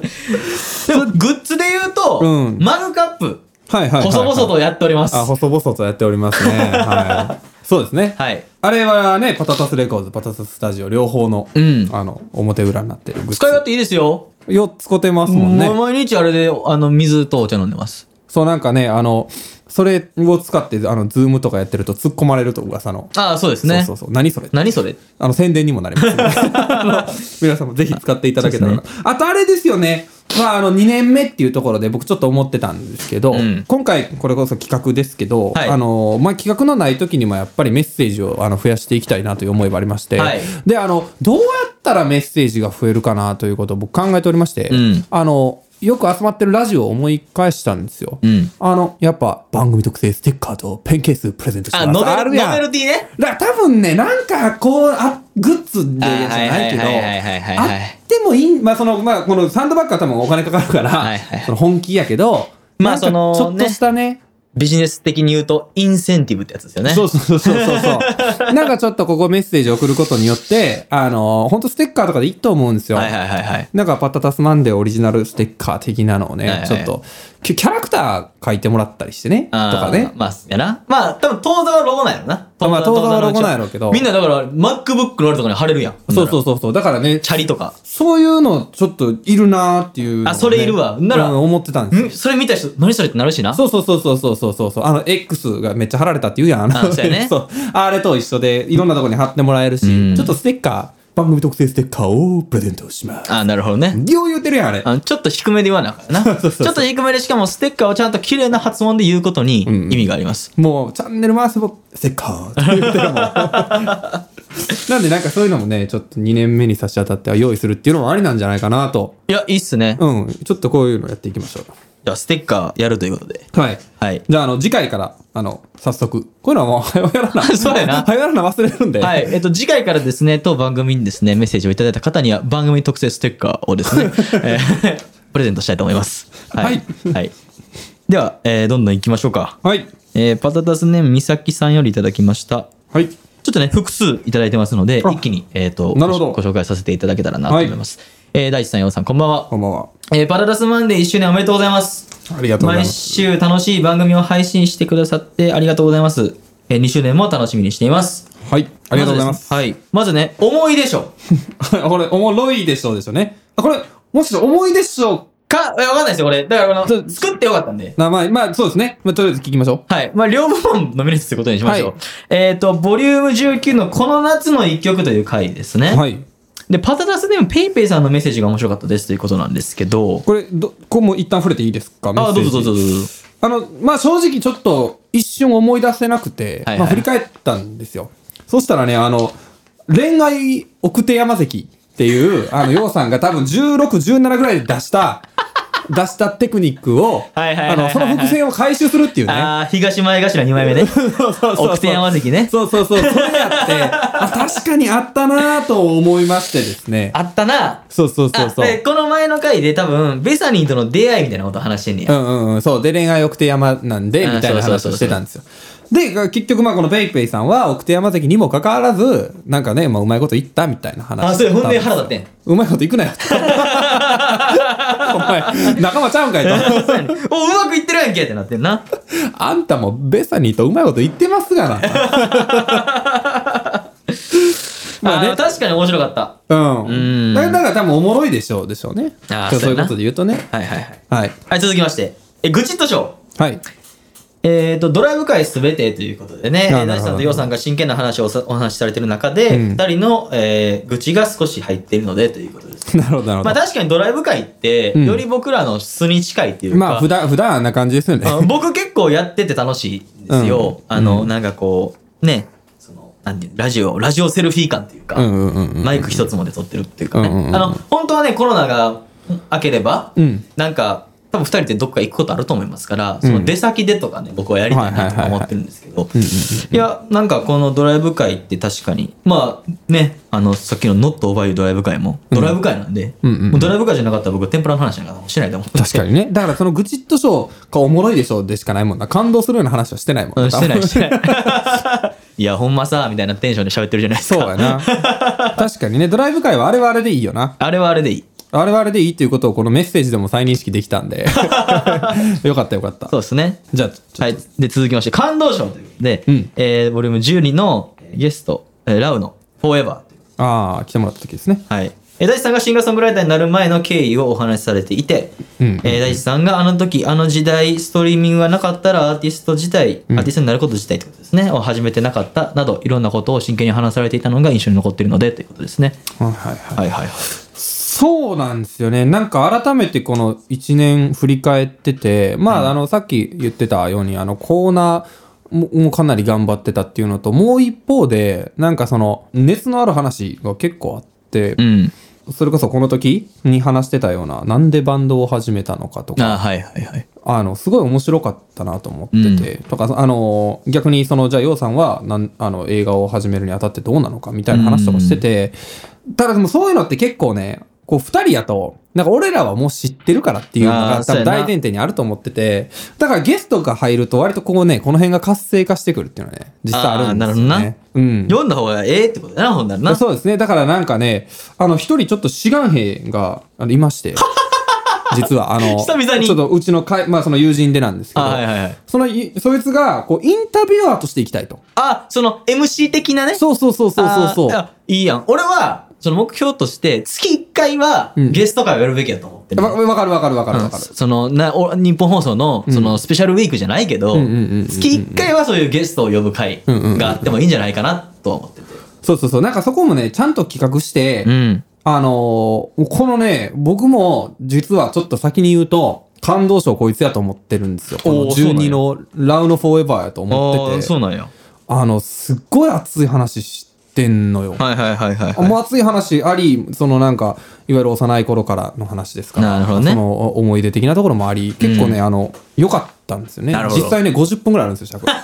Speaker 2: でも、グッズで言うと、
Speaker 1: うん
Speaker 2: マグカップ、
Speaker 1: いはいはいはい。
Speaker 2: 細々とやっております。
Speaker 1: あ、細々とやっておりますね。はい。そうですね。
Speaker 2: はい。
Speaker 1: あれはね、パタタスレコーズ、パタタススタジオ、両方の、
Speaker 2: うん
Speaker 1: あの、表裏になってるグッズ。
Speaker 2: 使い勝手いいですよ。
Speaker 1: よっ、使ってますもんね
Speaker 2: もう。毎日あれで、あの、水とお茶飲んでます。
Speaker 1: そう、なんかね、あの、それを使って、あの、ズームとかやってると突っ込まれると噂の。
Speaker 2: ああ、そうです
Speaker 1: そ
Speaker 2: ね。
Speaker 1: うそうそう。何それ
Speaker 2: 何それ
Speaker 1: あの、宣伝にもなりますね、 あの皆さんもぜひ使っていただけたらな
Speaker 2: そ
Speaker 1: あとあれですよね。まあ、あの、2年目っていうところで僕ちょっと思ってたんですけど、
Speaker 2: うん
Speaker 1: 今回これこそ企画ですけど、
Speaker 2: はい
Speaker 1: あの、まあ、企画のない時にもやっぱりメッセージをあの増やしていきたいなという思いがありまして、
Speaker 2: はい
Speaker 1: で、あの、どうやったらメッセージが増えるかなということを僕考えておりまして、
Speaker 2: うん
Speaker 1: あの、よく集まってるラジオを思い返したんですよ。
Speaker 2: うん
Speaker 1: あの、やっぱ番組特製ステッカーとペンケースプレゼントします。
Speaker 2: あ、ノベ
Speaker 1: あ
Speaker 2: ル、
Speaker 1: るやん
Speaker 2: ノベルティね。
Speaker 1: だから多分ね、なんかこう、あグッズでじゃないけど、
Speaker 2: あはいはいはいはいはいはい
Speaker 1: あってもいい、まあその、まあこのサンドバッグは多分お金かかるから、
Speaker 2: はいはい
Speaker 1: その本気やけど、
Speaker 2: ま
Speaker 1: な
Speaker 2: あ
Speaker 1: んか
Speaker 2: その、ね、
Speaker 1: ちょっとしたね
Speaker 2: ビジネス的に言うと、インセンティブってやつですよね。
Speaker 1: そううそうそうそう そう。なんかちょっとここメッセージ送ることによって、あの、ほんとステッカーとかでいいと思うんですよ。
Speaker 2: はいはいはいはい。
Speaker 1: なんかパタタスマンデーオリジナルステッカー的なのをね、
Speaker 2: はいはい
Speaker 1: ちょっと、キャキャラクター書いてもらったりしてね、と
Speaker 2: あー
Speaker 1: かね。
Speaker 2: まあ、やな。まあ、多分当座はロゴなんやろな。
Speaker 1: まあ当座はロゴなんやろうけど
Speaker 2: みんなだから、MacBook のあるとかに貼れるやん。。
Speaker 1: そうそううそうそう。だからね、
Speaker 2: チャリとか。
Speaker 1: そういうのちょっといるなーっていうのをね、
Speaker 2: あそれいるわなら
Speaker 1: うん思ってたんですよ
Speaker 2: んそれ見た人、何それってなるしな。
Speaker 1: そうそうそうそうそうそうそうそうあの X がめっちゃ貼られたって言うやんあの
Speaker 2: あそうや ね
Speaker 1: うあれと一緒でいろんなとこに貼ってもらえるし、
Speaker 2: うん
Speaker 1: ちょっとステッカー番組特製ステッカーをプレゼントします
Speaker 2: あーなるほどね。
Speaker 1: よう言うてるやんあれ
Speaker 2: あのちょっと低めで言わなあかんな。
Speaker 1: うそうそう
Speaker 2: ちょっと低めで、しかもステッカーをちゃんと綺麗な発音で言うことに意味があります。
Speaker 1: もうチャンネル回せばステッカーって言うてるもん なんでなんかそういうのもねちょっと2年目に差し当たっては用意するっていうのもありなんじゃないかなと
Speaker 2: いや、いいっすね。
Speaker 1: うんちょっとこういうのやっていきましょ
Speaker 2: じゃあ、ステッカーやるということで。
Speaker 1: うはい
Speaker 2: はい。
Speaker 1: じゃあ、あの、次回から、あの、早速、こういうのはもう、 早やらな。
Speaker 2: そうやな
Speaker 1: 早やらな忘れるんで。
Speaker 2: はい。えっと、次回からですね、当番組にですね、メッセージをいただいた方には、番組特製ステッカーをですね、 えープレゼントしたいと思います。はい。はい。では、えーどんどん行きましょうか。
Speaker 1: はい。
Speaker 2: えーパタタスネームみさきさんよりいただきました。
Speaker 1: はい。
Speaker 2: ちょっとね、複数いただいてますので、
Speaker 1: あ
Speaker 2: 一気に、えっ、と、
Speaker 1: なるほど
Speaker 2: ご紹介させていただけたらなと思います。えー大地さん、ようさん、こんばんは
Speaker 1: こ。んばんは。
Speaker 2: えーパタタスマンデー1周年おめでとうございます。
Speaker 1: ありがとうござい
Speaker 2: 毎
Speaker 1: ます。
Speaker 2: 週楽しい番組を配信してくださってありがとうございます。えー、2周年も楽しみにしています。
Speaker 1: はい。ありがとうございます。
Speaker 2: ずですねはい。まずね、思いでしょ。
Speaker 1: これ、おもろいでしょうでしょうね。あこれ、もし思いでしょ
Speaker 2: か、えわかんないですよ、これ。だからこ
Speaker 1: そう
Speaker 2: の、作ってよかったんで
Speaker 1: う。名前、まあ、そうですね。まあ、とりあえず聞きましょ
Speaker 2: はい。まあ、両部門のメリットということにしましょう。
Speaker 1: はい
Speaker 2: えっ、と、ボリューム19のこの夏の一曲という回です
Speaker 1: う。
Speaker 2: ね。
Speaker 1: はい。
Speaker 2: で、パタタスでもペイペイさんのメッセージが面白かったですということなんですけど、
Speaker 1: これ、ど、ここも一旦触れていいですか
Speaker 2: あ、どうぞどうぞどう
Speaker 1: ぞ。
Speaker 2: ぞ。
Speaker 1: あの、まあ、正直ちょっと、一瞬思い出せなくて、
Speaker 2: はいはい
Speaker 1: まあ、振り返ったんですよ。そしたらね、あの、恋愛奥手山関っていう、あの、ようさんが多分16、17ぐらいで出した、 出したテクニックを、
Speaker 2: はいはいは
Speaker 1: あ
Speaker 2: いはいはい
Speaker 1: の、その伏線を回収するっていうね。
Speaker 2: ああ、東前頭2枚目 ね。
Speaker 1: そうそうそうそう
Speaker 2: 奥手山関ね。
Speaker 1: そうそうそう、それやって、あ、確かにあったなぁと思いましてですね。
Speaker 2: あったな。
Speaker 1: そうそうそうそ
Speaker 2: あで
Speaker 1: う。
Speaker 2: この前の回で多分、ベサニーとの出会いみたいなこと話してんね
Speaker 1: う
Speaker 2: や。
Speaker 1: んうんうん、そう。で、恋愛奥手山なんで、
Speaker 2: うん
Speaker 1: みたいな話
Speaker 2: そ
Speaker 1: を
Speaker 2: うそうそうそう
Speaker 1: してたんですよ。で、が結局、まあ、このペイペイさんは、奥手山関にもかかわらず、なんかね、まあ、うまいこと言ったみたいな話。
Speaker 2: あ、それほんで腹立ってん。
Speaker 1: うまいこといくなよ。お前、仲間ちゃうんかいと。
Speaker 2: そうやね お、うまくいってるやんけってなってんな。
Speaker 1: あんたもベサニーとうまいこと言ってます がな。ま
Speaker 2: ま
Speaker 1: あ
Speaker 2: あ
Speaker 1: ね
Speaker 2: ね、確かに面白かった。
Speaker 1: う
Speaker 2: うん
Speaker 1: ん。だからだから多分おもろいでしょうでしょうね。
Speaker 2: あー
Speaker 1: そう
Speaker 2: そう
Speaker 1: いう
Speaker 2: や
Speaker 1: こ
Speaker 2: な
Speaker 1: とで言うとね。
Speaker 2: はいはいはい。
Speaker 1: はい。
Speaker 2: はい、続きまして。え、愚痴っとしょう。
Speaker 1: はい。
Speaker 2: えー、とドライブ会すべてということでね、
Speaker 1: あなるほど
Speaker 2: 大地さんとようさんが真剣な話をおさお話しされてる中で、
Speaker 1: うん
Speaker 2: 2人の、えー愚痴が少し入っているのでということです。
Speaker 1: なるほど、なるほ
Speaker 2: まあ
Speaker 1: ど。
Speaker 2: 確かにドライブ会って、
Speaker 1: ん
Speaker 2: より僕らの素に近いっていうか、
Speaker 1: まあ、普段、普段あんな感じですよね。
Speaker 2: あの僕結構やってて楽しいんですよ。
Speaker 1: うん
Speaker 2: あの、
Speaker 1: う
Speaker 2: なんかこう、ね、その、なんていうのラジオ、ラジオセルフィー感っていうか、
Speaker 1: うんうんうんうん。
Speaker 2: マイク一つもで撮ってるっていうかね、
Speaker 1: うんうんうん
Speaker 2: あの、本当はね、コロナが明ければ、
Speaker 1: うん
Speaker 2: なんか、多分二人でどっか行くことあると思いますから、その出先でとかね、僕はやりたいなとか思ってるんですけど、いや、なんかこのドライブ会って確かに、まあね、あの、さっきの Not Over You ドライブ会も、ドライブ会なんで、
Speaker 1: うんうんうん
Speaker 2: もうドライブ会じゃなかったら僕、天ぷらの話なんかしないと思う。
Speaker 1: 確かにね。だからその愚痴っとショーかおもろいでしょうでしかないもんな。感動するような話はしてないもん
Speaker 2: うん、 してない、して
Speaker 1: い。
Speaker 2: ない。い や、ほんまさ、みたいなテンションで喋ってるじゃないです
Speaker 1: そう
Speaker 2: か。
Speaker 1: やな。確かにね、ドライブ会はあれはあれでいいよな。
Speaker 2: あれはあれでいい。
Speaker 1: あれはあれでいいっていうことをこのメッセージでも再認識できたん で。よかったよかった。
Speaker 2: そうですね。
Speaker 1: じゃあ、ちょっと
Speaker 2: はい。で、続きまして、感動賞ということで、
Speaker 1: うん
Speaker 2: えー、ボリューム12のえーゲスト、えーラウのフォーエバ
Speaker 1: ああ、来てもらった時ですね。
Speaker 2: ー。はい。えー大地さんがシンガーソングライターになる前の経緯をお話しされていて、
Speaker 1: うんうんうん
Speaker 2: えー大地さんがあの時、あの時代、ストリーミングがなかったらアーティスト自体、アーティストになること自体ってことですね、を始めてなかったなど、いろんなことを真剣に話されていたのが印象に残っているので、ということですね。
Speaker 1: はいはいはい。
Speaker 2: はいはいはい。
Speaker 1: そうなんですよね。なんか改めてこの1年振り返ってて、まあ、あの、さっき言ってたように、あの、コーナーももうかなり頑張ってたっていうのと、もう一方で、なんかその、熱のある話が結構あって
Speaker 2: う、ん。
Speaker 1: それこそこの時に話してたような、なんでバンドを始めたのかとか、
Speaker 2: あーはいはいはい。
Speaker 1: あの、すごい面白かったなと思ってて、とか、あの、逆にその、じゃあ、ようさんは、なん、あの、映画を始めるにあたってどうなのかみたいな話とかしてて、ただでもそういうのって結構ね、こう、二人やと、なんか俺らはもう知ってるからっていうの
Speaker 2: あ
Speaker 1: が
Speaker 2: ーそ
Speaker 1: 多
Speaker 2: う
Speaker 1: 分
Speaker 2: やな
Speaker 1: 大前提にあると思ってて、だからゲストが入ると割とこうね、この辺が活性化してくるっていうのはね、実際あるんですよね。
Speaker 2: あーなる
Speaker 1: うん。
Speaker 2: 読んだ方がええってことだな、ほんならな。
Speaker 1: そうですね。だからなんかね、あの、一人ちょっと志願兵があのいま して、実はあの、
Speaker 2: 久々に
Speaker 1: ちょっとうちのかい、まあその友人でなんですけど、
Speaker 2: あ、はいはいはい。
Speaker 1: そのい、そいつが、こう、インタビュアーとしていきたいと。
Speaker 2: あ、その MC 的なね。
Speaker 1: そうそうそうそうそうそう。
Speaker 2: あいやいいやん。俺は、その目標として、月1回は
Speaker 1: うん
Speaker 2: ゲスト会をやるべきやと思ってる、
Speaker 1: わわかるわかるわかる
Speaker 2: う
Speaker 1: わ
Speaker 2: ん
Speaker 1: かる。
Speaker 2: そのなお日本放送のそのスペシャルウィークじゃないけど、
Speaker 1: うんうんうんうんうん
Speaker 2: 月1回はそういうゲストを呼ぶ会があってもいいんじゃないかなとは思ってて。
Speaker 1: そうそうそう。なんかそこもね、ちゃんと企画して、
Speaker 2: うん。
Speaker 1: あのーこのね、僕も実はちょっと先に言うと、感動賞こいつやと思ってるんですよ。この
Speaker 2: おーそうなん
Speaker 1: 12
Speaker 2: や
Speaker 1: のラウンドフォーエバーやと
Speaker 2: あ
Speaker 1: 思って
Speaker 2: ー
Speaker 1: て、
Speaker 2: そうなんや。
Speaker 1: あの、すっごい熱い話してんのよ。
Speaker 2: はいはいはいはい、はい。
Speaker 1: もう熱い話あり、そのなんか、いわゆる幼い頃からの話ですから、
Speaker 2: なるほどね
Speaker 1: そのお思い出的なところもあり、結構ね、あの、良かったんですよね
Speaker 2: なる。ほど
Speaker 1: 実際ね、50分ぐらいあるんですよ、尺。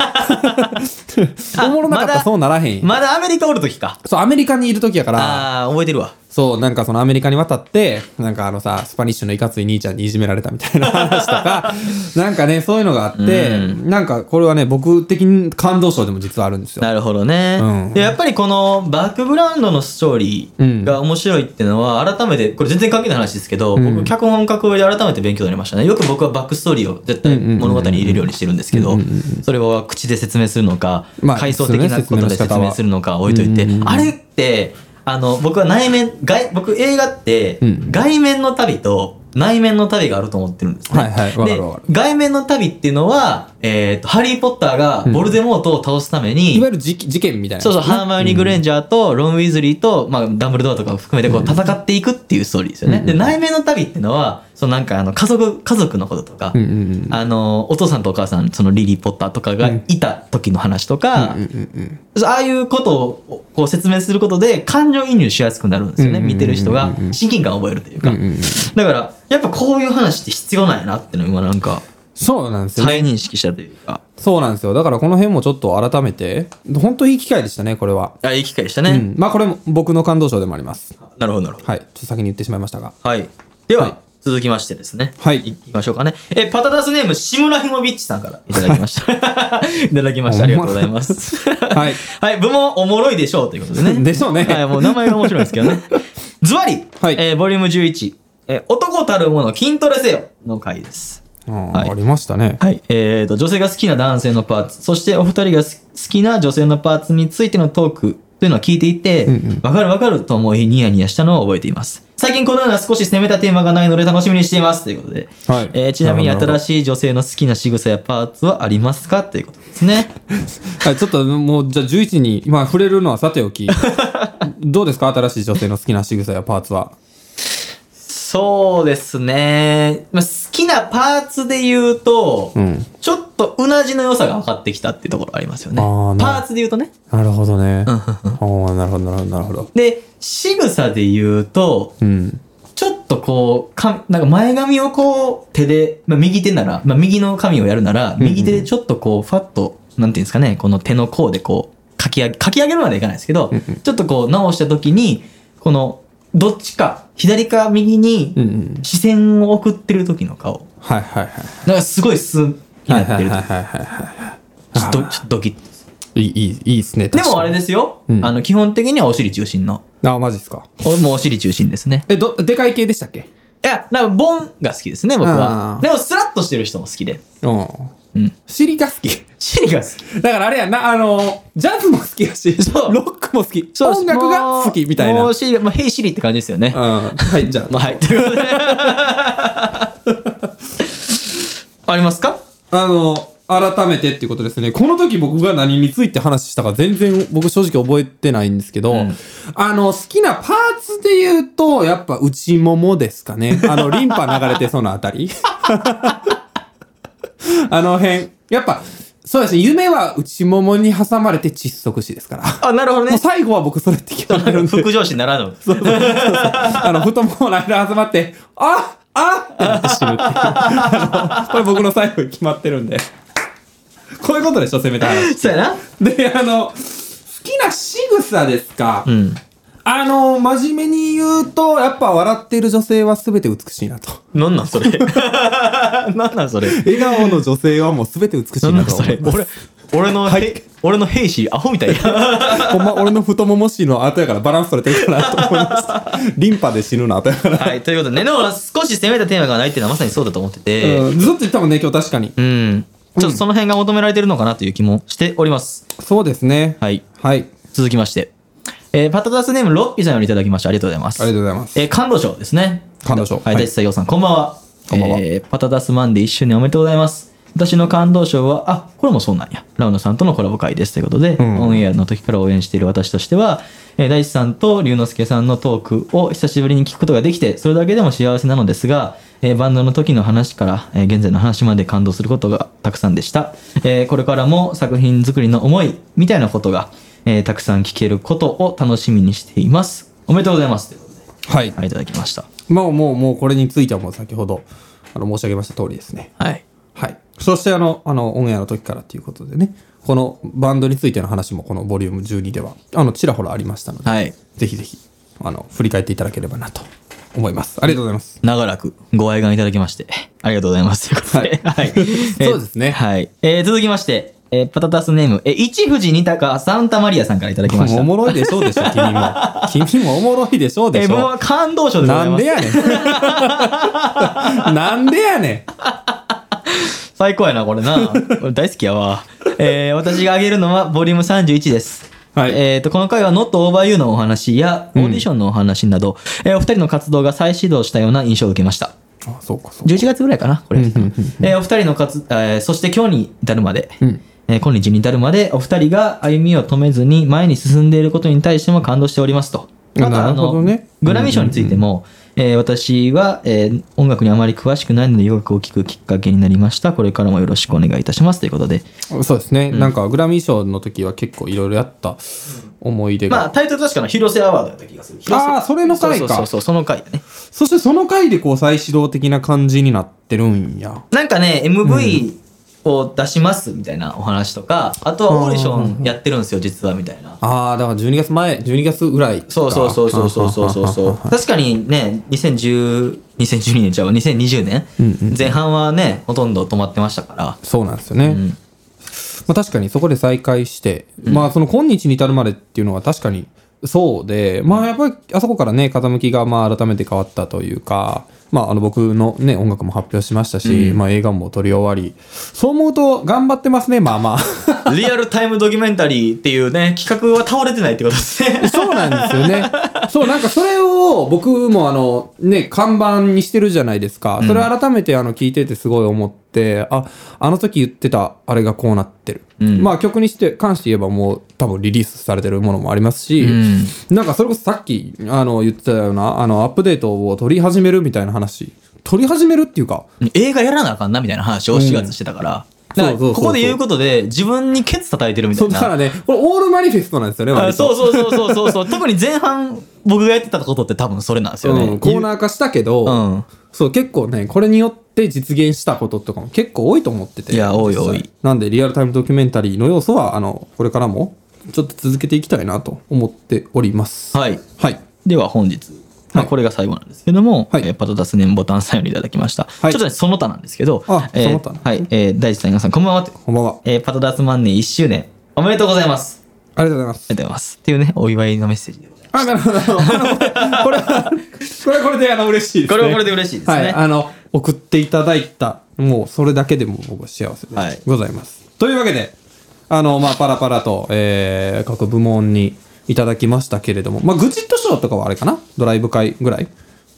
Speaker 1: おもろなかった
Speaker 2: ま
Speaker 1: ら
Speaker 2: だ
Speaker 1: そうならへん。
Speaker 2: まだアメリカおるときか。
Speaker 1: そう、アメリカにいる時やから、
Speaker 2: ああー、覚えてるわ。
Speaker 1: そう、なんかそのアメリカに渡って、なんかあのさ、スパニッシュのいかつい兄ちゃんにいじめられたみたいな話と か、なんかね、そういうのがあって、なんかこれはね、僕的に感動賞でも実はあるんですよ。
Speaker 2: なるほどね、
Speaker 1: うん
Speaker 2: でやっぱりこのバックグラウンドのストーリーが面白いっていうのは改めてこれ全然関係ない話ですけど、僕脚本書く上で改めて勉強になりましたねよく僕はバックストーリーを絶対物語に入れるようにしてるんですけど、それは口で説明するのか、
Speaker 1: まあ
Speaker 2: 階層的なことで
Speaker 1: そうね説明の仕
Speaker 2: 説
Speaker 1: 方は
Speaker 2: 明するのか置いといて、
Speaker 1: うんうんうん
Speaker 2: あれってあの僕は内面外僕映画って
Speaker 1: ん
Speaker 2: 外面の旅と内面の旅があると思ってるんですね。
Speaker 1: はいはいわかるわかる
Speaker 2: で外面の旅っていうのは、えーとハリー・ポッターがボルデモートを倒すために、
Speaker 1: いわゆる事事件みたいな。
Speaker 2: そうそう、ハーマイオニー・グレンジャーとロン・ウィズリーと、まあ、ダンブルドアとかを含めてこう戦っていくっていうストーリーですよね。で、内面の旅っていうのは、そのなんかあの家族、家族のこととか
Speaker 1: う、んうんうん。
Speaker 2: あの、お父さんとお母さん、そのリリー・ポッターとかがいた時の話とか、そうああいうことをこう説明することで感情移入しやすくなるんですよね。
Speaker 1: うんうんうんうん
Speaker 2: 見てる人が親近感を覚えるというか。だから、やっぱこういう話って必要なんやなっていうのを今なんか
Speaker 1: そうなんですよね。
Speaker 2: 再認識したというか。
Speaker 1: そうなんですよ。だからこの辺もちょっと改めて、本当いい機会でしたね、これは。
Speaker 2: あ、いい機会でした
Speaker 1: う
Speaker 2: ね。
Speaker 1: ん。まあこれも僕の感動賞でもあります。
Speaker 2: なるほど、なるほど。
Speaker 1: はい。ちょっと先に言ってしまいましたが。
Speaker 2: はい。では、
Speaker 1: はい
Speaker 2: 続きましてですね。
Speaker 1: はい
Speaker 2: いきましょうかね。え、パタダスネーム、シムラヒモビッチさんからいただきました。いただきました。ありがとうございます。
Speaker 1: はい。
Speaker 2: はい、部門おもろいでしょうということでね。
Speaker 1: でしょうね
Speaker 2: はい、もう名前が面白いんですけ どね。ズワリ、
Speaker 1: はい
Speaker 2: えーボリューム11、えー男たるもの筋トレせよの回です。
Speaker 1: うん
Speaker 2: はい
Speaker 1: ありましたね。
Speaker 2: はい。えー、と、女性が好きな男性のパーツ、そしてお二人がす好きな女性のパーツについてのトークというのを聞いていて、わ、
Speaker 1: んうん
Speaker 2: かるわかると思いニヤニヤしたのを覚えています。最近このような少し攻めたテーマがないので楽しみにしていますということで、
Speaker 1: はい
Speaker 2: えーちなみに
Speaker 1: なるほど
Speaker 2: 新しい女性の好きな仕草やパーツはありますかということですね。
Speaker 1: はい、ちょっともう、じゃあ11に、まあ触れるのはさてお き、どうですか新しい女性の好きな仕草やパーツは。
Speaker 2: そうですね。まあ、好きなパーツで言うと、
Speaker 1: ん
Speaker 2: ちょっとうなじの良さが分かってきたっていうところありますよね。
Speaker 1: あーな
Speaker 2: パーツで言うとね。
Speaker 1: なるほどね。おーなるほど、なるほど、なるほど。
Speaker 2: で、仕草で言うと、
Speaker 1: うん。
Speaker 2: ちょっとこう、かなんか前髪をこう、手で、まあ、右手なら、まあ、右の髪をやるなら、右手でちょっとこう、ファッと、なんていうんですかね、この手の甲でこう、かき上げ、かき上げるまでいかないですけど、ちょっとこう、直した時に、この、どっちか、左か右
Speaker 1: うんう
Speaker 2: に、
Speaker 1: ん。
Speaker 2: 視線を送ってる時の顔。
Speaker 1: はいはいはい。
Speaker 2: なんかすごい素に
Speaker 1: は
Speaker 2: ないっ
Speaker 1: は
Speaker 2: て
Speaker 1: い
Speaker 2: る
Speaker 1: はい
Speaker 2: と。
Speaker 1: はいは
Speaker 2: ちょっと、ちょっとドキッと。
Speaker 1: い。いい、いい、いいですね。
Speaker 2: でもあれ
Speaker 1: で
Speaker 2: ですよ、
Speaker 1: うん
Speaker 2: あの、基本的にはお尻中心の。
Speaker 1: あ、マジっすか。
Speaker 2: 俺もお尻中心ですね。
Speaker 1: え、ど、でかい系でしたっけ
Speaker 2: いや、なんか、ボンが好きですね、僕
Speaker 1: あ
Speaker 2: は
Speaker 1: ー。
Speaker 2: でも、スラッとしてる人も好きで。
Speaker 1: うん。
Speaker 2: うん。
Speaker 1: 尻が好き。
Speaker 2: 尻が好き。
Speaker 1: だからあれやんな、あの、ジャズも好きやし、
Speaker 2: そう
Speaker 1: ロックも好き、音楽が好きみたいな。
Speaker 2: も
Speaker 1: う。
Speaker 2: うん尻が、まあ、ヘイ尻って感じですよね。
Speaker 1: はい、じゃ
Speaker 2: まあ、はい。ということで ありますか
Speaker 1: あ、あの、改めてっていうことですね。この時僕が何について話したか全然僕正直覚えてないんですけど、
Speaker 2: ん
Speaker 1: あの、好きなパーツで言うと、やっぱ内ももですかね。あの、リンパ流れてそうなあた り。あの辺。やっぱ、そうですね。夢は内ももに挟まれて窒息死ですから。
Speaker 2: あ、なるほど
Speaker 1: もう。最後は僕それって決まってるんで。
Speaker 2: 副上司ならぬ。
Speaker 1: あの、太ももの間挟まって、ああってなって死ぬっていうあのこれ僕の最後に決まってるんで。こういうことでしょ、せめて話。
Speaker 2: そうやな。
Speaker 1: で、あの、好きな仕草ですか。
Speaker 2: うん。
Speaker 1: あのー、真面目に言うと、やっぱ笑っている女性は全て美しいなと。
Speaker 2: なん なんそれ。なんなんそれ。
Speaker 1: 笑顔の女性はもう全て美しい
Speaker 2: なんな
Speaker 1: なんと
Speaker 2: そ
Speaker 1: 思
Speaker 2: れ
Speaker 1: い。ます。
Speaker 2: 俺、俺の、俺の兵士、アホみたいや。
Speaker 1: ほんま、俺の太ももしの後やからバランス取れてるかなと思いました。リンパで死ぬの後やから。
Speaker 2: はい、ということでね、でも少し攻めたテーマがないっていうのはまさにそうだと思ってて、
Speaker 1: うん、ずっと言ったもんね、今日確かに。
Speaker 2: うん。ちょっとその辺が求められてるのかなという気もしております。
Speaker 1: そうですね。
Speaker 2: はい。
Speaker 1: はい。
Speaker 2: 続きまして。えーパタタスネームロッピーさんよりいただきましてありがとうございます。
Speaker 1: ありがとうございます。
Speaker 2: えー、感動賞ですね。
Speaker 1: 感動賞
Speaker 2: はい、
Speaker 1: はい
Speaker 2: 大地作業さん、こんばんは。
Speaker 1: こんばんは
Speaker 2: えーパタダスマンデー一周年おめでとうございます。私の感動賞は、あ、これもそうなんや。ラウナさんとのコラボ会です。ということで、
Speaker 1: ん
Speaker 2: オンエアの時から応援している私としては、えー大地さんと龍之介さんのトークを久しぶりに聞くことができて、それだけでも幸せなのですが、えーバンドの時の話から、えー現在の話まで感動することがたくさんでした。えーこれからも作品作りの思いみたいなことが、えーたくさん聞けることを楽しみにしています。おめでとうございます。ということで
Speaker 1: はい。
Speaker 2: はい、いただきました。
Speaker 1: まあ、もう、もう、これについてはもう先ほど、あの、申し上げました通りですね。
Speaker 2: はい。
Speaker 1: はい。そして、あの、あの、オンエアの時からということでね、このバンドについての話も、このボリューム12では、あの、ちらほらありましたので、
Speaker 2: はい。
Speaker 1: ぜひぜひ、あの、振り返っていただければなと思います。ありがとうございます。
Speaker 2: 長らくご愛願いただきまして、ありがとうございます。ということで、はい。 え
Speaker 1: そうですね
Speaker 2: はい。えー続きまして、えーパタタスネーム、えー、一富士二鷹サンタマリアさんからいただきまし
Speaker 1: お
Speaker 2: た。
Speaker 1: もろいでしょうでしょ、君も。 君もおもろいでしょう
Speaker 2: え
Speaker 1: で
Speaker 2: ー
Speaker 1: し
Speaker 2: 僕
Speaker 1: ょ。
Speaker 2: は感動賞でござい
Speaker 1: なん
Speaker 2: ま。
Speaker 1: です やねん。なんでやね
Speaker 2: 最高やな、こ れな。俺大好きやわ。えー私が挙げるのは、ボリューム31です。
Speaker 1: はい
Speaker 2: えーと、この回は、Not Over You のお話や、オーディションのお話など、えーお二人の活動が再始動したような印象を受けました。
Speaker 1: ん。あ、そうか、そうか。
Speaker 2: 11月ぐらいかな、これ。えーお二人の活、えーそして今日に至るまで、
Speaker 1: ん
Speaker 2: えー今日に至るまで、お二人が歩みを止めずに前に進んでいることに対しても感動しておりますと。
Speaker 1: あ
Speaker 2: また
Speaker 1: なるほどね
Speaker 2: あのグラミー賞についても、えー私は、えー音楽にあまり詳しくないので洋楽を聴くきっかけになりました。これからもよろしくお願いいたしますということで。
Speaker 1: そうですね、なんかグラミー賞の時は結構いろいろやった思い出が、
Speaker 2: まあタイトル確かの広瀬アワードだった気がする。
Speaker 1: ああそれの回
Speaker 2: そ
Speaker 1: か
Speaker 2: うそうそうそう、その回だね。
Speaker 1: そしてその回でこう再始動的な感じになってるんや
Speaker 2: なんかね、MV を出しますみたいなお話とか、あとはオーディションやってるんですよ、実はみたいな。
Speaker 1: ああだから12月前12月ぐらいか
Speaker 2: そうそうそうそうそうそうそうそう 確かにね2010 2012年ちゃうわ2020年、前半はねほとんど止まってましたから
Speaker 1: そうなんですよね、まあ、確かにそこで再開して、まあその今日に至るまでっていうのは確かにそうでまあやっぱりあそこからね風向きがまあ改めて変わったというか、まあ、あの僕のね音楽も発表しましたし、まあ、映画も撮り終わりそう思うと頑張ってますねまあまあ。
Speaker 2: リアルタイムドキュメンタリーっていうね企画は倒れてないってことですね
Speaker 1: そうなんですよ ね。そう、なんかそれを僕もあの、ね、看板にしてるじゃないですか。それ改めてあの聞いててすごい思って、あ、あの時言ってたあれがこうなってる。
Speaker 2: ん
Speaker 1: まあ曲にして、関して言えばもう多分リリースされてるものもありますし、
Speaker 2: ん
Speaker 1: なんかそれこそさっきあの言ってたような、あのアップデートを取り始めるみたいな話。取り始めるっていうか、
Speaker 2: 映画やらなあかんなみたいな話を4月してたから、
Speaker 1: うん
Speaker 2: だから
Speaker 1: そうそうそうそう
Speaker 2: ここで言うことで自分にケツ叩いてるみた
Speaker 1: そ
Speaker 2: いう
Speaker 1: だから
Speaker 2: な
Speaker 1: ね、これオールマニフェストなんですよね、
Speaker 2: あ
Speaker 1: 割と
Speaker 2: そうそうそうそうそうそう特に前半僕がやってたことって多分それなんですよね、
Speaker 1: うん、コーナー化したけど、
Speaker 2: うん
Speaker 1: そう結構ねこれによって実現したこととかも結構多いと思ってて
Speaker 2: いや多い多
Speaker 1: 実
Speaker 2: い
Speaker 1: 際なんでリアルタイムドキュメンタリーの要素はあのこれからもちょっと続けていきたいなと思っております
Speaker 2: はい
Speaker 1: はい
Speaker 2: では本日、まあ、これが最後なんですけども、
Speaker 1: はい
Speaker 2: えーパトダスネンボタンさんよりいただきました、
Speaker 1: い
Speaker 2: ちょっとねその他なんですけど
Speaker 1: あ
Speaker 2: えー
Speaker 1: その他なんです
Speaker 2: はい、えー大地さん皆さんこんばんはって、
Speaker 1: こんばんは
Speaker 2: えーパトダスマンネ1周年おめでとうございます
Speaker 1: ありがとうございます
Speaker 2: ありがとうございますっていうねお祝いのメッセージでございます
Speaker 1: あなるほどなるほどあのこれこれはこれはこれであの嬉しいです
Speaker 2: こ
Speaker 1: ね
Speaker 2: れはこれで嬉しいです
Speaker 1: は
Speaker 2: ね
Speaker 1: い、あの送っていただいたもうそれだけでも僕は幸せ
Speaker 2: は
Speaker 1: で
Speaker 2: い
Speaker 1: ございます、というわけであのまあパラパラと、えー各部門にいただきましたけれどもまあグジット賞とかはあれかなドライブ会ぐらい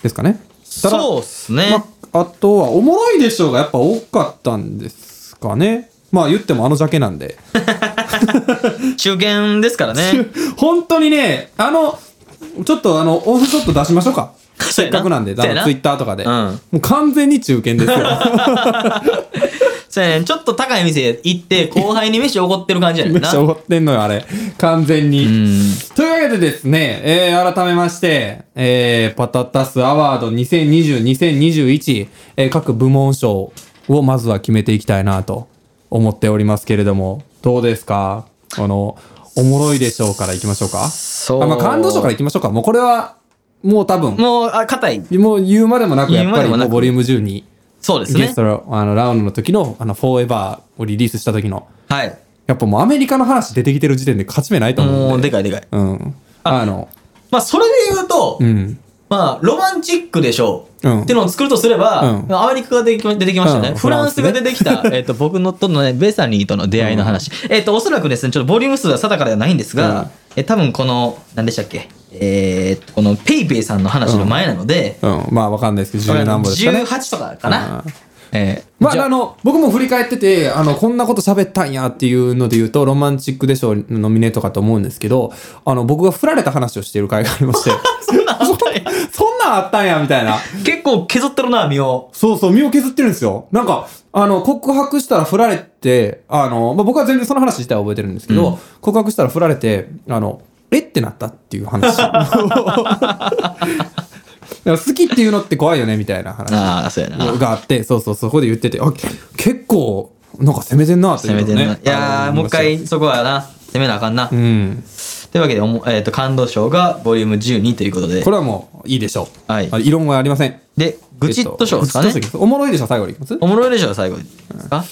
Speaker 1: ですかねただ
Speaker 2: そうっすね、
Speaker 1: まあ、あとは「おもろいでしょ」がやっぱ多かったんですかねまあ言ってもあのジャケなんで
Speaker 2: 中堅ですからね
Speaker 1: 本当にねあのちょっとあのオフショット出しましょうか
Speaker 2: そう
Speaker 1: せ
Speaker 2: や
Speaker 1: っ
Speaker 2: な
Speaker 1: かくなんで
Speaker 2: そうや
Speaker 1: あ
Speaker 2: な
Speaker 1: のツイッターとかで、
Speaker 2: うん
Speaker 1: もう完全に中堅ですよ
Speaker 2: そうやねちょっと高い店行って後輩に飯おごってる感じやね
Speaker 1: め
Speaker 2: ん
Speaker 1: っち
Speaker 2: な
Speaker 1: ゃ怒ってんのよ、あれ。完全に。
Speaker 2: ん
Speaker 1: というわけでですね、えー改めまして、えーパタタスアワード2020-2021、えー各部門賞をまずは決めていきたいなと思っておりますけれども、どうですかこの、おもろいでしょうから行きましょうか。
Speaker 2: そう
Speaker 1: あまあ、感動賞から行きましょうか。もうこれは、もう多分、
Speaker 2: もう、あ、硬い。
Speaker 1: もう言うまでもなく、やっぱ
Speaker 2: 言うまで
Speaker 1: り
Speaker 2: もな
Speaker 1: もう
Speaker 2: く
Speaker 1: ボリューム10に、
Speaker 2: そうです
Speaker 1: ゲ
Speaker 2: ね
Speaker 1: ス。トのあのラウンドの時の、あの、フォーエバーをリリースした時の、
Speaker 2: はい。
Speaker 1: やっぱもうアメリカの話出てきてる時点で勝ち目ないと思
Speaker 2: も
Speaker 1: う
Speaker 2: う、
Speaker 1: んで。
Speaker 2: でかいでかい。
Speaker 1: うん。あの、
Speaker 2: まあ、それで言うと、
Speaker 1: うん。
Speaker 2: まあ、ロマンチックでしょう。
Speaker 1: うん
Speaker 2: ってのを作るとすれば、
Speaker 1: うん
Speaker 2: アメリカが出てきま出てきましたよね、
Speaker 1: うん
Speaker 2: フランスが
Speaker 1: フラ
Speaker 2: 出
Speaker 1: ンス
Speaker 2: てきた、えっと僕のとのね、ベサニーとの出会いの話。えっと、おそらくですね、ちょっとボリューム数は定かではないんですが、
Speaker 1: うん
Speaker 2: え多分この、何でしたっけ、えー、このペイペイさんの話の前なので、
Speaker 1: うん。まあ、わかんないですけど、10何本ですかね。
Speaker 2: 18とかかな。
Speaker 1: うん
Speaker 2: えー
Speaker 1: ま
Speaker 2: じゃ
Speaker 1: あ、あの、僕も振り返ってて、あの、こんなこと喋ったんやっていうので言うと、ロマンチックでしょうノミネートかと思うんですけど、あの、僕が振られた話をしている回がありまして、
Speaker 2: そんなんあったんや
Speaker 1: そんなんあったんや、みたいな。
Speaker 2: 結構削ってるな、身を。
Speaker 1: そうそう、身を削ってるんですよ。なんか、あの、告白したら振られて、あの、まあ、僕は全然その話自体は覚えてるんですけど、告白したら振られて、あの、えってなったっていう 話。だから好きっていうのって怖いよね、みたいな話。
Speaker 2: ああ、そうやな。
Speaker 1: があって、そうそう、そこで言ってて、あけ結構、なんか攻めてんなってい
Speaker 2: 攻
Speaker 1: うの
Speaker 2: め
Speaker 1: ね
Speaker 2: てんな。いやー、もう一。
Speaker 1: あの思いまし
Speaker 2: 回そこはな、攻めなあかんな。
Speaker 1: たうん。
Speaker 2: というわけで、おもえっ、と、感動賞がボリューム12ということで
Speaker 1: こ。れはもういいでしょう。
Speaker 2: はい
Speaker 1: あ異論はありません。
Speaker 2: で、愚痴っと賞ですかね
Speaker 1: えっ。と愚痴っと賞おもろいでしょ、最後にいきます
Speaker 2: おもろいでしょ、最後に。あ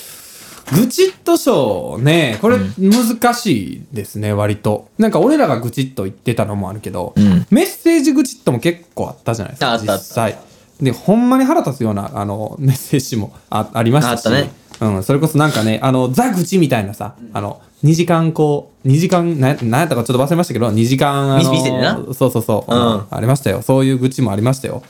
Speaker 1: 愚痴っと賞ね、これ難しいですね、割と。なんか俺らが愚痴っと言ってたのもあるけど、
Speaker 2: うん
Speaker 1: メッセージ愚痴っとも結構あったじゃないですか。
Speaker 2: あったあった
Speaker 1: 実際。で、ほんまに腹立つような、あの、メッセージもあありましたし。
Speaker 2: あったね
Speaker 1: うん、それこそなんかね、あの、ザ愚痴みたいなさ、あの、2時間こう、2時間、ななんやったかちょっと忘れましたけど、2時間、あの
Speaker 2: 店でな
Speaker 1: そうそうそう、
Speaker 2: うん
Speaker 1: ありましたよ。そういう愚痴もありましたよ。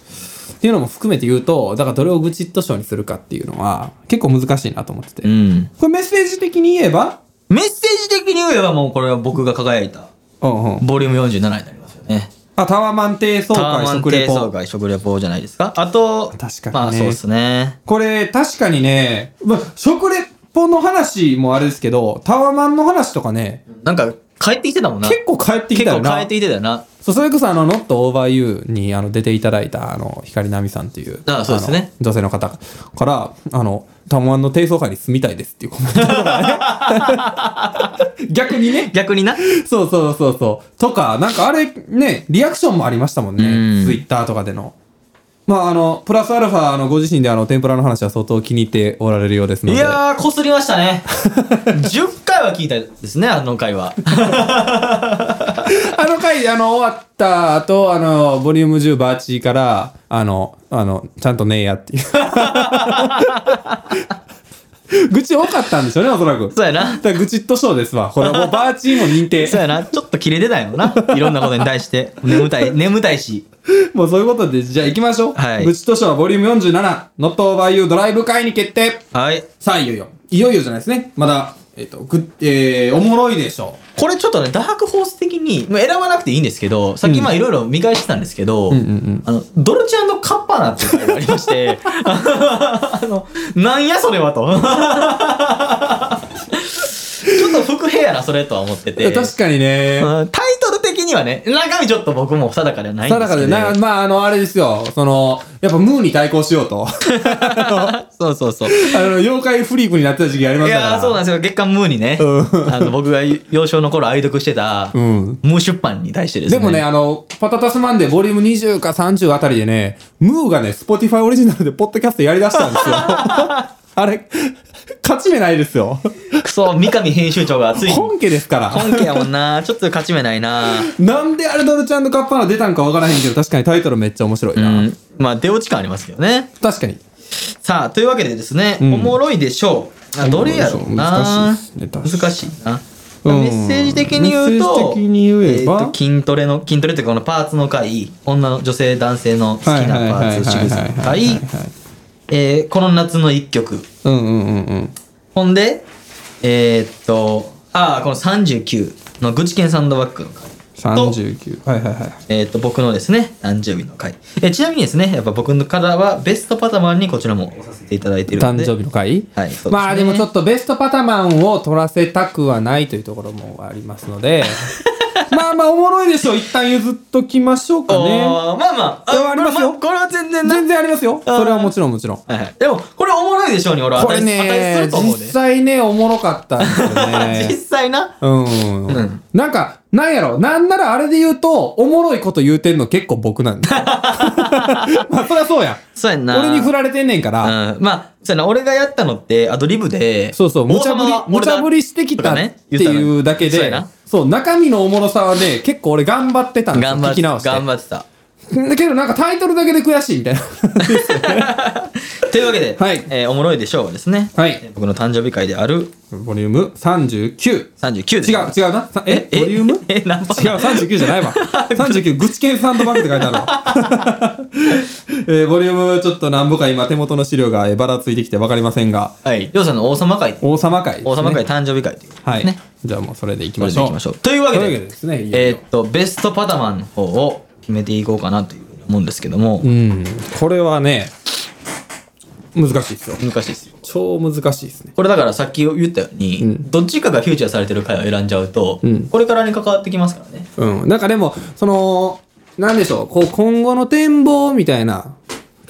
Speaker 1: っていうのも含めて言うと、だからどれを愚痴っと賞にするかっていうのは、結構難しいなと思ってて。
Speaker 2: うん。
Speaker 1: これメッセージ的に言えば、
Speaker 2: メッセージ的に言えばもうこれは僕が輝いた、
Speaker 1: うんうん、
Speaker 2: ボリューム47になりますよね。
Speaker 1: あタワマン低層
Speaker 2: タワ
Speaker 1: 会
Speaker 2: マン
Speaker 1: 食レ
Speaker 2: 低層
Speaker 1: ポ
Speaker 2: 会食レポじゃないですか。あと、
Speaker 1: 確かにね
Speaker 2: まあそうですね。
Speaker 1: これ確かにね、ま、食レポの話もあれですけどタワマンの話とかね
Speaker 2: なんか、帰ってきてたもんな。
Speaker 1: 結構帰ってきたよ
Speaker 2: 結
Speaker 1: な
Speaker 2: 構帰ってきてたよな。
Speaker 1: そうそれこそあの「Not Over You」にあの出ていただいたあの光奈美さんっていう
Speaker 2: あそうですね
Speaker 1: あの女性の方から「あのタワマンの低層階に住みたいです」っていうコメントがね逆にね
Speaker 2: 逆にな。
Speaker 1: そうそうそうそう。とか、なんかあれ、ね、リアクションもありましたもんね
Speaker 2: うん。
Speaker 1: ツイッターとかでの。まあ、あの、プラスアルファ、あの、ご自身であの、天ぷらの話は相当気に入っておられるようですの
Speaker 2: い
Speaker 1: で。
Speaker 2: やー、こすりました ね。10回は聞いたですね、あの回は。
Speaker 1: あの回、あの、終わった後、あの、ボリューム10バーチーから、あの、あの、ちゃんとねえやっていう。 愚痴多かったんでしょうね、おそらく。
Speaker 2: そうやな
Speaker 1: だ。から愚痴っとショーですわ。これはもうバーチーも認定。
Speaker 2: そうやな。ちょっとキレてたよな。いろんなことに対 して。眠たい、眠たいし。
Speaker 1: もうそういうことで、じゃあ行きましょう。
Speaker 2: はい
Speaker 1: 愚痴とショーボリューム47、ノットオーバーユードライブ会に決定。
Speaker 2: はい。
Speaker 1: さあ、いよいよ。いよいよじゃないですね。まだ、えっ、と、ぐ、えー、おもろいでしょ
Speaker 2: これちょっとね、ダークホース的に、まあ選ばなくていいんですけど、さっきまあいろいろ見返してたんですけど、
Speaker 1: んうんうん
Speaker 2: あの、ドルチェカッパーナっていうのがありまして、 あの、なんやそれはと。ちょっと副兵やな、それとは思って
Speaker 1: う。
Speaker 2: て。
Speaker 1: 確かにね。
Speaker 2: うんタイトル的にはね、中身ちょっと僕も定かではないんです
Speaker 1: 定
Speaker 2: けど。
Speaker 1: かで、な、まあ、あの、あれですよ。その、やっぱムーに対抗しよ うと。
Speaker 2: そうそうそう。
Speaker 1: あの、妖怪フリークになってた時期ありま
Speaker 2: い
Speaker 1: したから。
Speaker 2: やーそうなんですよ月刊ムーにね、
Speaker 1: う
Speaker 2: あの僕が幼少の頃愛読してた、
Speaker 1: うん
Speaker 2: ムー出版に対してですね
Speaker 1: でもね、あの、パタタスマンデーボリューム20か30あたりでね、ムーがね、スポティファイオリジナルでポッドキャストやりだしたん ですよ。あれ、勝ち目ないですよ。
Speaker 2: クソ三上編集長がついに
Speaker 1: 本家ですから。
Speaker 2: 本家やもんなちょっと勝ち目ないな
Speaker 1: なんであれドルチャンカッパーナ出たんかわからへんけど、確かにタイトルめっちゃ面白いうな。
Speaker 2: んまあ出落ち感ありますけどね
Speaker 1: 確かに。
Speaker 2: さあというわけでですね、
Speaker 1: ん
Speaker 2: おもろいでしょうあどれやろうな
Speaker 1: 難しいですね確かに
Speaker 2: 難しいな、
Speaker 1: うん
Speaker 2: メッセージ的に言うと
Speaker 1: メッセージ的に言えば
Speaker 2: ーと筋トレの筋トレというかこのパーツの回女の女性男性の好きなパーツ仕草の回えーこの夏の一曲
Speaker 1: うんうんうんうん。
Speaker 2: ほんで、えーっと、ああ、この39のグチケンサンドバッグの回。
Speaker 1: 39。はいはいはい。
Speaker 2: えーっと、僕のですね、誕生日の回。えちなみにですね、やっぱ僕からはベストパタマンにこちらもさせていただいてるの
Speaker 1: 誕
Speaker 2: で。
Speaker 1: 生日の回
Speaker 2: はいそうですね
Speaker 1: まあでもちょっとベストパタマンを取らせたくはないというところもありますの で、まあまあおもろいでしょう。一旦譲っときましょうか
Speaker 2: おー
Speaker 1: ね。
Speaker 2: まあまあ、
Speaker 1: いやありますよ
Speaker 2: これは全然な。
Speaker 1: 全然ありますよ。それはもちろんもちろん。
Speaker 2: はいはい、でも、これおもろいでしょうに俺は
Speaker 1: これ
Speaker 2: 値す
Speaker 1: ね
Speaker 2: る、と
Speaker 1: 実
Speaker 2: 思うで。
Speaker 1: 際ね、おもろかったんですよ
Speaker 2: 実
Speaker 1: ね。
Speaker 2: 際な。
Speaker 1: うん。
Speaker 2: うん
Speaker 1: なんか、なんやろ、なんならあれで言うと、おもろいこと言うてんの結構僕なん ですよ。まあ、そりゃそうやん。
Speaker 2: そうやんな。
Speaker 1: 俺に振られてんねんから、
Speaker 2: うん。まあ、そうやな、俺がやったのって、アドリブで、
Speaker 1: そうそう、無茶ぶり
Speaker 2: 大幅、
Speaker 1: 無
Speaker 2: 俺だ
Speaker 1: 茶ぶりしてきた
Speaker 2: とか
Speaker 1: っ
Speaker 2: ね
Speaker 1: ていうだけ
Speaker 2: 言っ
Speaker 1: で
Speaker 2: たのね、
Speaker 1: そう、中身のおもろさはね、結構俺頑張ってたんですよ、
Speaker 2: 頑張
Speaker 1: 聞
Speaker 2: っ
Speaker 1: き
Speaker 2: て
Speaker 1: 直
Speaker 2: た。
Speaker 1: して。
Speaker 2: 頑張ってた。
Speaker 1: だけどなんかタイトルだけで悔しいみたい な。
Speaker 2: というわけで、
Speaker 1: はい
Speaker 2: えーおもろいでしょうはですね、
Speaker 1: はい
Speaker 2: えー僕の誕生日会である
Speaker 1: ボリューム39。
Speaker 2: 39です。
Speaker 1: 違う、違うな。さえ、ボリューム違う、
Speaker 2: え、何番
Speaker 1: 39じゃない わ。39、愚痴犬サンドバッグって書いてあるわ。 えーボリュームちょっと何ぼか今手元の資料がえーばらついてきてわかりませんが、
Speaker 2: はい。りょうさんの王様会、
Speaker 1: 王様会ですね、
Speaker 2: 王様会誕生日会ということ
Speaker 1: は
Speaker 2: で
Speaker 1: い。
Speaker 2: すね。
Speaker 1: じゃあもうそれでいき
Speaker 2: こ
Speaker 1: ま
Speaker 2: れ
Speaker 1: し
Speaker 2: でい
Speaker 1: ょ
Speaker 2: きましょ
Speaker 1: う。
Speaker 2: う。というわけ
Speaker 1: という
Speaker 2: で、
Speaker 1: わけでですねいよいよ
Speaker 2: えーっと、ベストパタマンの方を決めていこうかなというふうに思うんですけども
Speaker 1: う、ん。これはね、難しいですよ。
Speaker 2: 難しいですよ。
Speaker 1: 超難しいですね。
Speaker 2: これだからさっき言ったように、どっちかがフューチャーされてる回を選んじゃうと、
Speaker 1: ん
Speaker 2: これからに関わってきますからね。
Speaker 1: うん。なんかでも、その、なんでしょう、こう、今後の展望みたいな、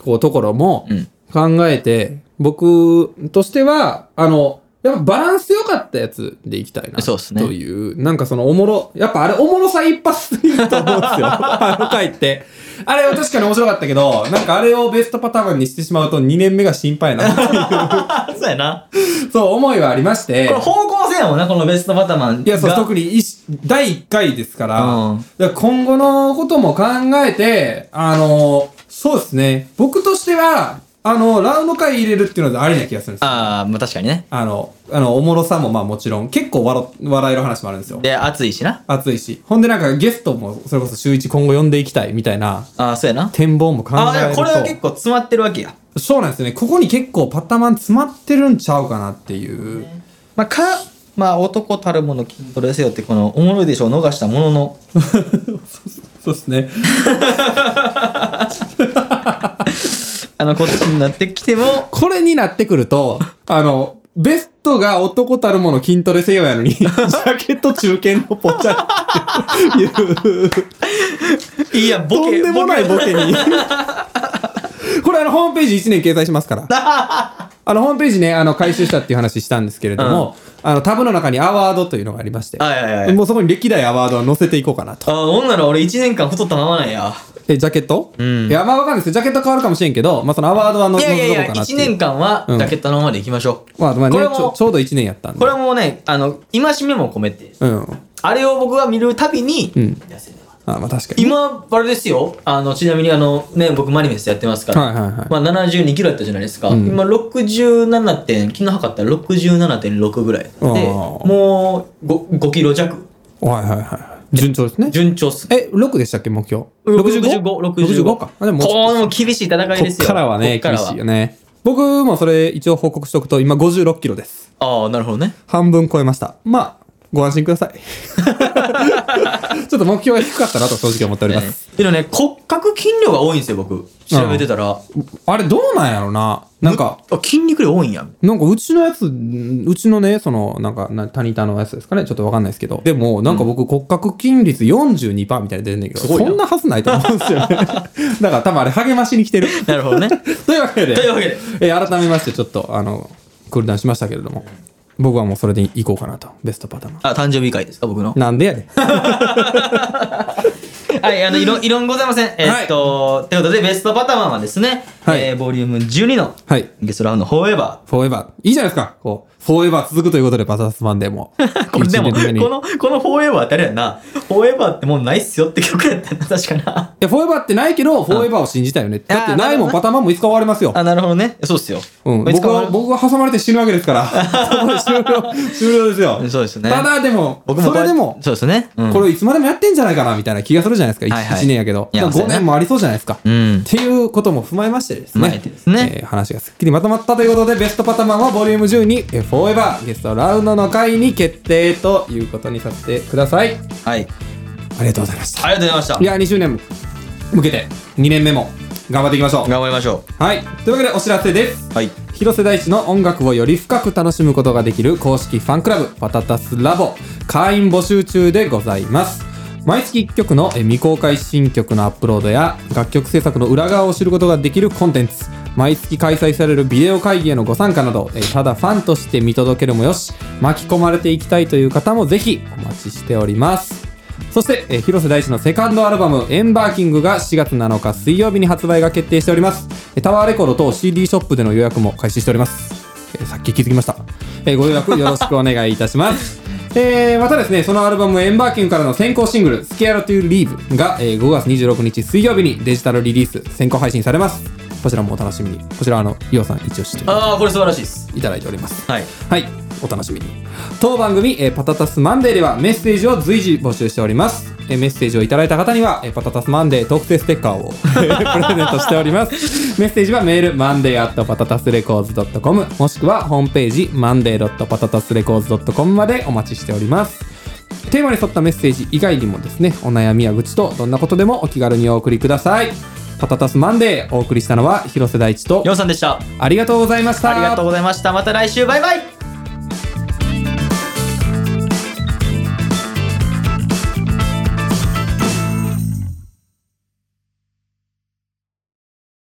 Speaker 1: こう、ところも
Speaker 2: うん
Speaker 1: 考えて、僕としては、あの、やっぱバランス良かったやつでいきたいな。
Speaker 2: そうっすね
Speaker 1: という、なんかそのおもろ、やっぱあれおもろさ一発でいいと思うんですよ。 あの回って。あれは確かに面白かったけど、なんかあれをベストパターンにしてしまうと2年目が心配な ってい
Speaker 2: あ、 そうやな。
Speaker 1: う、そう思いはありまして。
Speaker 2: これ方向性やもんな、このベストパタマンが。
Speaker 1: いや、そう、特に一し第1回ですから、
Speaker 2: うん
Speaker 1: だから今後のことも考えて、あの、そうですね、僕としては、あの、ラウンド会入れるっていうのはありな気がするんですよ。
Speaker 2: ああ、まあ確かにね。
Speaker 1: あの、あの、おもろさもまあもちろん、結構笑笑える話もあるんですよ。
Speaker 2: で、暑いしな。
Speaker 1: 熱いし。ほんでなんかゲストも、それこそ週一今後呼んでいきたいみたいな
Speaker 2: ああ、そうやな。
Speaker 1: 展望も考
Speaker 2: ああ、い
Speaker 1: え
Speaker 2: や
Speaker 1: る
Speaker 2: これは結
Speaker 1: と、
Speaker 2: 構詰まってるわけや。
Speaker 1: そうなんですね、ここに結構パタマン詰まってるんちゃうかなっていう。
Speaker 2: まあ、か、まあ、男たるもの筋トレせよって、この、おもろいでしょう逃したものの、
Speaker 1: そうですね。
Speaker 2: あの、こっちになってき ても、
Speaker 1: これになってくる と、あの、ベストが男たるもの筋トレせよやの に、ジャケット中堅のぽっちゃりっていう、
Speaker 2: いや、ボ
Speaker 1: と
Speaker 2: ケ、
Speaker 1: んでもないボケに。 これあの、ホームページ1年掲載します から。あの、ホームページね、あの、回収したっていう話したんですけれども、あの、タブの中にアワードというのがありまして、
Speaker 2: あ、いやいやいや。
Speaker 1: もうそこに歴代アワードは載せていこうかなと。
Speaker 2: ああ、ほんなら俺1年間太ったままなんや。
Speaker 1: え、ジャケット、
Speaker 2: ん
Speaker 1: いや、まあわかんないですよ。ジャケット変わるかもしれんけど、まあそのアワードは載
Speaker 2: い
Speaker 1: せて
Speaker 2: やいやい
Speaker 1: いこう
Speaker 2: や、
Speaker 1: かなって
Speaker 2: 1
Speaker 1: いう。
Speaker 2: 年間は、
Speaker 1: うん
Speaker 2: ジャケットのままでいきましょう。
Speaker 1: まあまあね
Speaker 2: これも
Speaker 1: ちょ、ちょうど1年やったんで。
Speaker 2: これはもうね、あの、戒めも込めて、
Speaker 1: うん。
Speaker 2: あれを僕は見るたびに、
Speaker 1: ん
Speaker 2: 痩せれば
Speaker 1: あまあ確かに。
Speaker 2: 今、あれですよ。あの、ちなみにあの、ね、僕マリメスやってますから、
Speaker 1: はいはいはい。
Speaker 2: まあ、72キロやったじゃないですか、今67点昨日測ったら67.6ぐらいで
Speaker 1: あー
Speaker 2: もう 5, 5キロ弱
Speaker 1: はいはいはい。順調ですね。
Speaker 2: 順調っす
Speaker 1: え、6でしたっけ、目標。
Speaker 2: 6565
Speaker 1: 65
Speaker 2: か
Speaker 1: か。あでももうちょっ
Speaker 2: ことうもう厳しい戦い
Speaker 1: こ
Speaker 2: で
Speaker 1: っ
Speaker 2: すよ
Speaker 1: からはね、
Speaker 2: こっ
Speaker 1: 厳
Speaker 2: からは
Speaker 1: しいよね。僕もそれ一応報告しとくと、今56キロです。
Speaker 2: ああなるほどね
Speaker 1: 半分超えました。まあ、ご安心くだ さい。ちょっと目標が低かったなと正直思っております。
Speaker 2: でもね骨格筋量が多いんですよ僕調べてたら、
Speaker 1: あれどうなんやろななんか、
Speaker 2: あ筋肉量多いんや
Speaker 1: なんかうちのやつ、んうちのね、その、なんか、なタニタのやつですかね、ちょっとわかんないですけど、でも、なんか僕、骨格筋率42%みたいな出てんねんけど、
Speaker 2: すごいな
Speaker 1: そんなはずないと思うんです よね。だから多分あれ、励ましに来てる。
Speaker 2: なるほどね
Speaker 1: というわけで、
Speaker 2: というわけで
Speaker 1: えー改めまして、ちょっと、あの、クールダウンしましたけれども、僕はもうそれでいこうかなと、ベストパターン。
Speaker 2: あ誕生日会ですか僕の
Speaker 1: なんでや ねん。
Speaker 2: はい、あの、い ろ、いろんございません。えーっと、ということで、ベストパターンはですね、
Speaker 1: はい
Speaker 2: えーボリューム12の、
Speaker 1: はい
Speaker 2: ゲストラウンド、フォーエバ
Speaker 1: フォーエバー。いいじゃないですか。こう、フォーエバー続くということで、バタスマンデーも。
Speaker 2: ー。これ でも、
Speaker 1: 一
Speaker 2: こ
Speaker 1: 年目にい
Speaker 2: の、このフォーエバーってあれやんな、フォーエバーってもうないっすよって曲やったな、 確かな。
Speaker 1: や、フォーエバーってないけど、フォーエバーを信じたよね。だってないもん、
Speaker 2: あーなるほどね
Speaker 1: パターンもいつか終わりますよ。
Speaker 2: あ、なるほどね。そうっすよ。
Speaker 1: うん、
Speaker 2: いつ
Speaker 1: 僕
Speaker 2: か
Speaker 1: は、
Speaker 2: は
Speaker 1: 僕は挟まれて死ぬわけです から。そこで終了、終了ですよ。
Speaker 2: そうですね
Speaker 1: ただでも、
Speaker 2: 僕も
Speaker 1: そ
Speaker 2: こ
Speaker 1: れでも、
Speaker 2: そうですね。うん
Speaker 1: これをいつまでもやってんじゃないかな、みたいな気がするじゃないですか。
Speaker 2: はいはい
Speaker 1: 1年やけど。
Speaker 2: いや
Speaker 1: だから
Speaker 2: そう
Speaker 1: 5
Speaker 2: ね
Speaker 1: 年もありそうじゃないですか。
Speaker 2: うん
Speaker 1: っていうことも踏まえましてです
Speaker 2: 踏まえ
Speaker 1: ね。
Speaker 2: てですね
Speaker 1: えー話がすっきりまとまったということで、ベストパタマンはボリューム12、えーフォーエバーゲストラウンドの回に決定ということにさせてください。
Speaker 2: はい。
Speaker 1: ありがとうございました。
Speaker 2: ありがとうございました
Speaker 1: い。や、2周年向けて、2年目も頑張っていきましょ
Speaker 2: 頑張りましょ
Speaker 1: う。はい。というわけで、お知らせです。
Speaker 2: う。はい。
Speaker 1: 広瀬大地の音楽をより深く楽しむことができる公式ファンクラブパタタスラボ会員募集中でございます毎月1曲のえ未公開新曲のアップロードや楽曲制作の裏側を知ることができるコンテンツ毎月開催されるビデオ会議へのご参加など、えーただファンとして見届けるもよし巻き込まれていきたいという方もぜひお待ちしておりますそして、えー広瀬大地のセカンドアルバム「エンバーキング」が4月7日水曜日に発売が決定しておりますえータワーレコード等 CD ショップでの予約も開始しております、えーさっき気づきました、えーご予約よろしくお願いいたします えーまたですねそのアルバム「エンバーキング」からの先行シングル「スケアラトゥリーブが、えー5月26日水曜日にデジタルリリース先行配信されますこちらもお楽しみにこちらあのイオさん一押しと
Speaker 3: ああこれ素晴らしいです
Speaker 1: いただいております
Speaker 3: はい
Speaker 1: はい、お楽しみに。当番組、えーパタタスマンデーではメッセージを随時募集しております。えーメッセージをいただいた方には、えーパタタスマンデー特製ステッカーを プレゼントしております。メッセージはメール、マンデーアットパタタスレコーズドットコム、もしくはホームページ、マンデードットパタタスレコーズドットコムまでお待ちしております。テーマに沿ったメッセージ以外にもですね、お悩みや愚痴とどんなことでもお気軽にお送りください。パタタスマンデーお送りしたのは広瀬大地と
Speaker 3: ようさんでした
Speaker 1: ありがとうございました。
Speaker 3: ありがとうございましたまた来週バイバイ